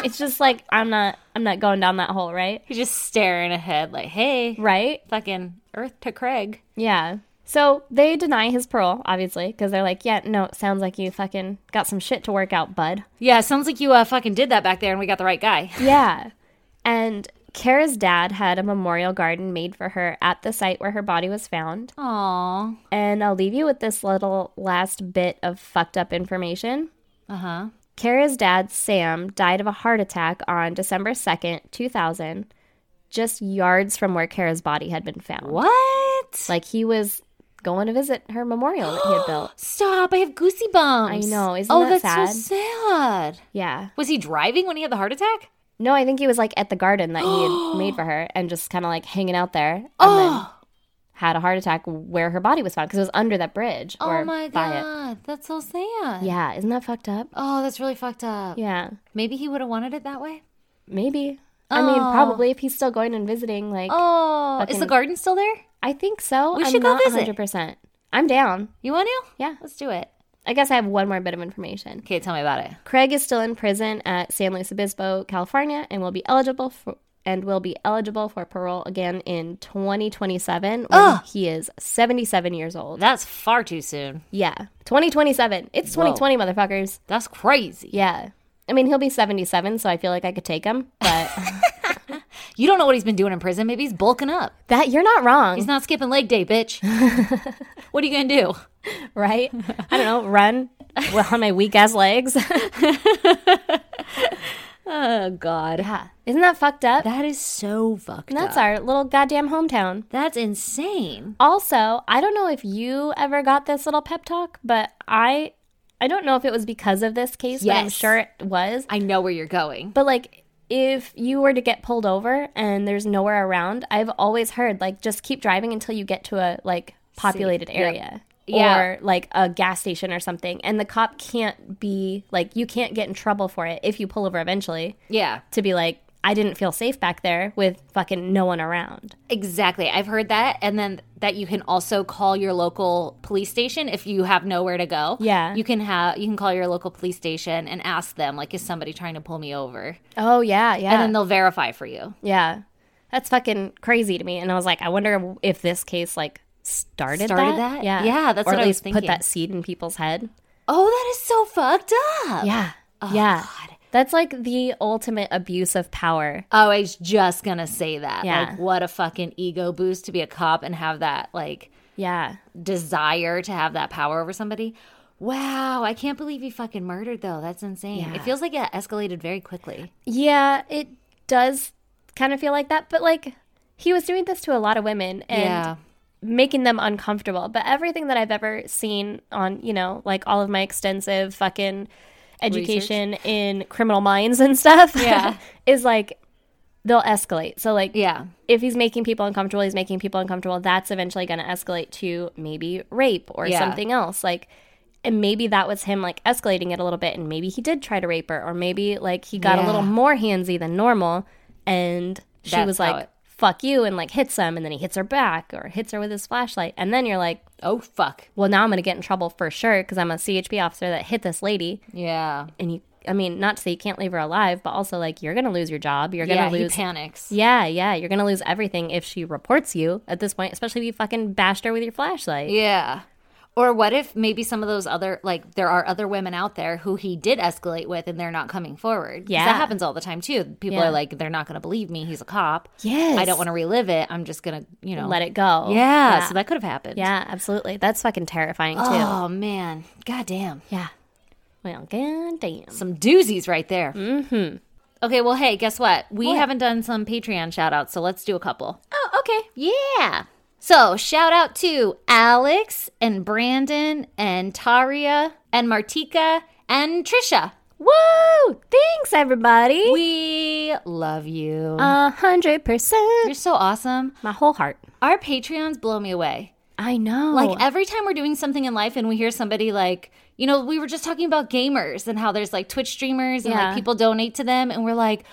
Speaker 3: it's just like I'm not I'm not going down that hole, right?
Speaker 2: He's just staring ahead, like, hey,
Speaker 3: Right?
Speaker 2: fucking Earth to Craig.
Speaker 3: Yeah. So they deny his parole, obviously, because they're like, yeah, no, sounds like you fucking got some shit to work out, bud.
Speaker 2: Yeah, sounds like you uh, fucking did that back there and we got the right guy.
Speaker 3: Yeah. And Kara's dad had a memorial garden made for her at the site where her body was found.
Speaker 2: Aw.
Speaker 3: And I'll leave you with this little last bit of fucked up information.
Speaker 2: Uh huh.
Speaker 3: Kara's dad, Sam, died of a heart attack on December 2nd, 2000, just yards from where Kara's body had been found.
Speaker 2: What?
Speaker 3: Like he was going to visit her memorial that he had built.
Speaker 2: Stop! I have goosey bumps.
Speaker 3: I know, isn't
Speaker 2: oh,
Speaker 3: that
Speaker 2: that's so sad.
Speaker 3: Yeah.
Speaker 2: Was he driving when he had the heart attack?
Speaker 3: No, I think he was like at the garden that he had made for her and just kind of like hanging out there and then
Speaker 2: Oh,
Speaker 3: had a heart attack where her body was found because it was under that bridge.
Speaker 2: oh
Speaker 3: or
Speaker 2: my
Speaker 3: by it.
Speaker 2: god, that's so sad.
Speaker 3: Yeah. Isn't that fucked up?
Speaker 2: Oh, that's really fucked up.
Speaker 3: Yeah.
Speaker 2: Maybe he would have wanted it that way.
Speaker 3: Maybe. I mean,
Speaker 2: Oh.
Speaker 3: probably if he's still going and visiting, like,
Speaker 2: Oh, is the
Speaker 3: Fucking-
Speaker 2: garden still there?
Speaker 3: I think so.
Speaker 2: We
Speaker 3: I'm
Speaker 2: should go
Speaker 3: not
Speaker 2: visit.
Speaker 3: 100%. I'm down.
Speaker 2: You want to?
Speaker 3: Yeah.
Speaker 2: Let's do it.
Speaker 3: I guess I have one more bit of information.
Speaker 2: Okay, tell me about it.
Speaker 3: Craig is still in prison at San Luis Obispo, California, and will be eligible for and will be eligible for parole again in 2027 when he is 77 years old.
Speaker 2: That's far too soon.
Speaker 3: Yeah, 2027. It's 2020, motherfuckers.
Speaker 2: That's crazy.
Speaker 3: Yeah. I mean, he'll be 77, so I feel like I could take him, but
Speaker 2: You don't know what he's been doing in prison. Maybe he's bulking up.
Speaker 3: that you're not
Speaker 2: He's
Speaker 3: wrong,
Speaker 2: not skipping leg day, bitch. what are you gonna do?
Speaker 3: right? I don't know, run with- on my weak ass legs.
Speaker 2: Oh God,
Speaker 3: yeah. Isn't that fucked up?
Speaker 2: that is so fucked
Speaker 3: That's
Speaker 2: up.
Speaker 3: our little goddamn hometown.
Speaker 2: That's insane.
Speaker 3: Also, I don't know if you ever got this little pep talk, but I I don't know if it was because of this case, but I'm
Speaker 2: Yes.
Speaker 3: sure it was.
Speaker 2: I know where you're going.
Speaker 3: But like if you were to get pulled over and there's nowhere around, I've always heard like just keep driving until you get to a like populated area.
Speaker 2: Yeah.
Speaker 3: Or like a gas station or something. And the cop can't be like you can't get in trouble for it if you pull over eventually
Speaker 2: Yeah,
Speaker 3: to be like, I didn't feel safe back there with fucking no one around.
Speaker 2: exactly. I've heard that, and then that you can also call your local police station if you have nowhere to go.
Speaker 3: Yeah.
Speaker 2: you can have you can call your local police station and ask them like, is somebody trying to pull me over?
Speaker 3: Oh yeah, yeah.
Speaker 2: And then they'll verify for you.
Speaker 3: Yeah. That's fucking crazy to me. And I was like, I wonder if this case like started,
Speaker 2: Started that?
Speaker 3: that. Yeah.
Speaker 2: Yeah, that's
Speaker 3: or
Speaker 2: what
Speaker 3: at
Speaker 2: I was
Speaker 3: least
Speaker 2: thinking.
Speaker 3: put that seed in people's head.
Speaker 2: Oh, that is so fucked up.
Speaker 3: Yeah. yeah. That's like the ultimate abuse of power.
Speaker 2: Oh, I was just gonna say that.
Speaker 3: Yeah.
Speaker 2: Like, what a fucking ego boost to be a cop and have that like
Speaker 3: Yeah.
Speaker 2: desire to have that power over somebody. Wow, I can't believe he fucking murdered though. That's insane. It feels like it escalated very quickly.
Speaker 3: Yeah, it does kind of feel like that, but like he was doing this to a lot of women and
Speaker 2: yeah.
Speaker 3: making them uncomfortable. But everything that I've ever seen on, you know, like all of my extensive fucking education in criminal minds and stuff
Speaker 2: Yeah.
Speaker 3: is like they'll escalate. So like
Speaker 2: Yeah.
Speaker 3: if he's making people uncomfortable, he's making people uncomfortable, that's eventually going to escalate to maybe rape or
Speaker 2: Yeah.
Speaker 3: something else. Like and maybe that was him like escalating it a little bit and maybe he did try to rape her or maybe like he got
Speaker 2: Yeah.
Speaker 3: a little more handsy than normal and she
Speaker 2: That's
Speaker 3: was
Speaker 2: how
Speaker 3: like
Speaker 2: it-
Speaker 3: fuck you and like hits him and then he hits her back or hits her with his flashlight and then you're like
Speaker 2: Oh fuck.
Speaker 3: well now i'm going to get in trouble for sure because i'm a chp officer that hit this lady
Speaker 2: Yeah.
Speaker 3: and you i mean not to say you can't leave her alive but also like you're going to lose your job you're going to
Speaker 2: yeah,
Speaker 3: lose
Speaker 2: he panics.
Speaker 3: yeah, yeah, you're gonna lose everything if she reports you at this point, especially if you fucking bashed her with your flashlight.
Speaker 2: Yeah. Or what if maybe some of those other like there are other women out there who he did escalate with and they're not coming forward. 'Cause
Speaker 3: Yeah.
Speaker 2: That happens all the time too. People
Speaker 3: Yeah.
Speaker 2: are like, they're not gonna believe me, he's a cop.
Speaker 3: Yes.
Speaker 2: I don't wanna relive it. I'm just gonna, you know
Speaker 3: Let it go.
Speaker 2: Yeah. So that could have happened.
Speaker 3: yeah, absolutely. That's fucking terrifying too.
Speaker 2: Oh man. God damn.
Speaker 3: Yeah. Well, goddamn.
Speaker 2: Some doozies right there. Mm-hmm. Okay, well hey, guess what? We haven't done some Patreon shout outs, so let's do a couple.
Speaker 3: Oh, okay.
Speaker 2: Yeah. So shout out to Alex and Brandon and Taria and Martika and Trisha.
Speaker 3: Woo! Thanks, everybody.
Speaker 2: We love you.
Speaker 3: A hundred percent.
Speaker 2: You're so awesome.
Speaker 3: My whole heart.
Speaker 2: Our Patreons blow me away.
Speaker 3: I know.
Speaker 2: Like every time we're doing something in life and we hear somebody like, you know, we were just talking about gamers and how there's like Twitch streamers and
Speaker 3: Yeah.
Speaker 2: like people donate to them and we're like,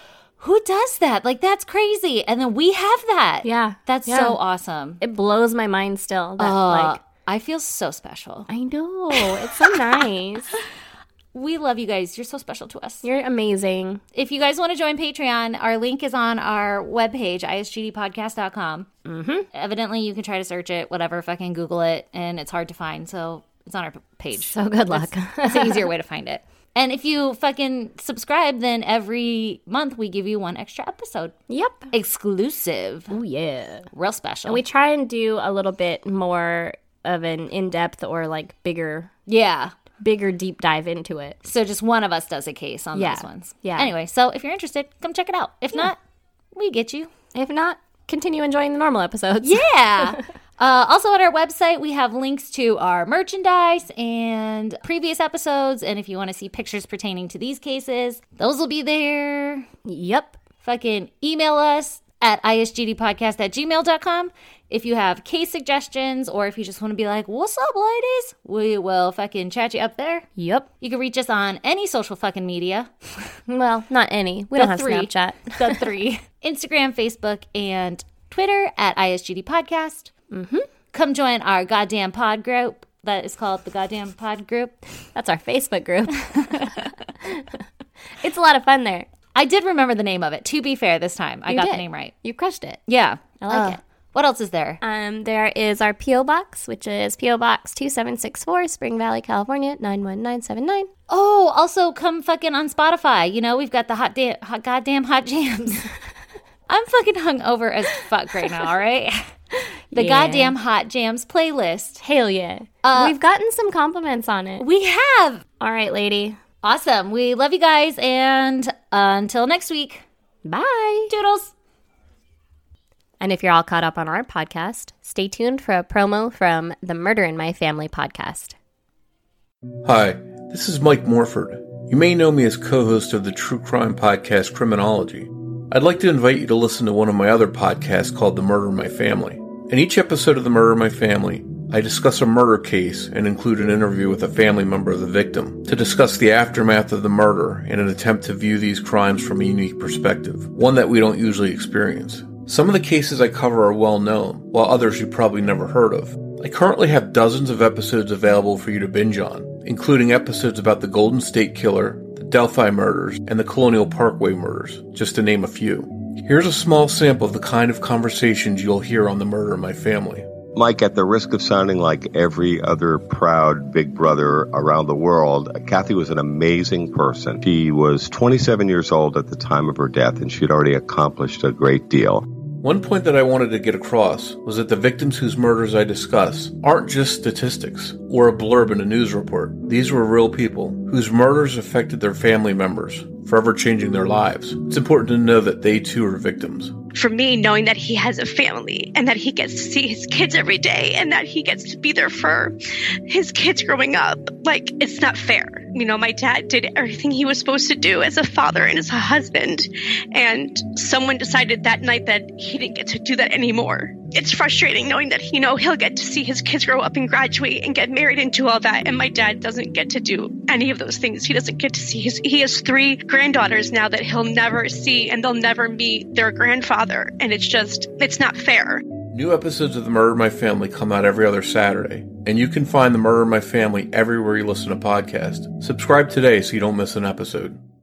Speaker 2: who does that? Like that's crazy. And then we have that.
Speaker 3: Yeah.
Speaker 2: That's
Speaker 3: Yeah.
Speaker 2: so awesome.
Speaker 3: it blows my mind still. That
Speaker 2: Uh,
Speaker 3: like
Speaker 2: I feel so special.
Speaker 3: I know. It's so nice.
Speaker 2: We love you guys. You're so special to us.
Speaker 3: You're amazing.
Speaker 2: If you guys want to join Patreon, our link is on our webpage, isgdpodcast.com. Mm-hmm. Evidently, you can try to search it, whatever, fucking Google it, and it's hard to find. So it's on our p- page.
Speaker 3: So good luck.
Speaker 2: It's an easier way to find it. And if you fucking subscribe, then every month we give you one extra episode.
Speaker 3: yep.
Speaker 2: Exclusive.
Speaker 3: Oh yeah.
Speaker 2: Real special.
Speaker 3: We try and do a little bit more of an in-depth or like bigger
Speaker 2: yeah.
Speaker 3: bigger deep dive into it.
Speaker 2: So just one of us does a case on
Speaker 3: Yeah.
Speaker 2: those ones.
Speaker 3: Yeah.
Speaker 2: Anyway, so if you're interested, come check it out. If not, we get you.
Speaker 3: If not, continue enjoying the normal episodes.
Speaker 2: Yeah. Uh, also, on our website, we have links to our merchandise and previous episodes. And if you want to see pictures pertaining to these cases, those will be there.
Speaker 3: Yep.
Speaker 2: Fucking email us at isgdpodcast at gmail.com. If you have case suggestions or if you just want to be like, what's up, ladies? We will fucking chat you up there.
Speaker 3: Yep.
Speaker 2: You can reach us on any social fucking media.
Speaker 3: Well, not any. We don't have Snapchat.
Speaker 2: The three. Instagram, Facebook, and Twitter at ISGD Podcast. Mm-hmm. Come join our goddamn pod group. that is called the Goddamn Pod Group.
Speaker 3: That's our Facebook group. it's a lot of fun there.
Speaker 2: I did remember the name of it. To be fair, this time I
Speaker 3: You
Speaker 2: got
Speaker 3: did.
Speaker 2: the name right.
Speaker 3: You crushed it.
Speaker 2: Yeah, I
Speaker 3: like it.
Speaker 2: What else is there?
Speaker 3: Um, there is our PO box, which is PO box two seven six four, Spring Valley, California nine one nine seven nine.
Speaker 2: Oh, also come fucking on Spotify. You know we've got the hot, da- hot goddamn hot jams. I'm fucking hungover as fuck right now. All right, the
Speaker 3: Yeah.
Speaker 2: goddamn hot jams playlist.
Speaker 3: Hell yeah! We've gotten some compliments on it.
Speaker 2: Uh, We have
Speaker 3: All right, lady.
Speaker 2: awesome. We love you guys, and until next week,
Speaker 3: Bye.
Speaker 2: doodles.
Speaker 3: And if you're all caught up on our podcast, stay tuned for a promo from Um, the Murder in My Family podcast.
Speaker 1: Hi, this is Mike Morford. You may know me as co host of the true crime podcast Criminology. I'd like to invite you to listen to one of my other podcasts called The Murder in My Family. In each episode of The Murder in My Family, I discuss a murder case and include an interview with a family member of the victim to discuss the aftermath of the murder in an attempt to view these crimes from a unique perspective, one that we don't usually experience. Some of the cases I cover are well known, while others you probably never heard of. I currently have dozens of episodes available for you to binge on, including episodes about the Golden State Killer, the Delphi murders, and the Colonial Parkway murders, just to name a few. Here's a small sample of the kind of conversations you'll hear on the murder of my family.
Speaker 5: Mike, at the risk of sounding like every other proud big brother around the world, Kathy was an amazing person. She was 27 years old at the time of her death, and she'd already accomplished a great deal.
Speaker 1: One point that I wanted to get across was that the victims whose murders I discuss aren't just statistics or a blurb in a news report. These were real people whose murders affected their family members, forever changing their lives. It's important to know that they too are victims.
Speaker 6: for me, knowing that he has a family and that he gets to see his kids every day and that he gets to be there for his kids growing up, like, it's not fair. You know, my dad did everything he was supposed to do as a father and as a husband. And someone decided that night that he didn't get to do that anymore. It's frustrating knowing that, you know, he'll get to see his kids grow up and graduate and get married and do all that. And my dad doesn't get to do any of those things. He doesn't get to see his, he has three granddaughters now that he'll never see and they'll never meet their grandfather. And it's just, it's not fair.
Speaker 1: New episodes of The Murder in My Family come out every other Saturday, and you can find The Murder in My Family everywhere you listen to podcasts. Subscribe today so you don't miss an episode.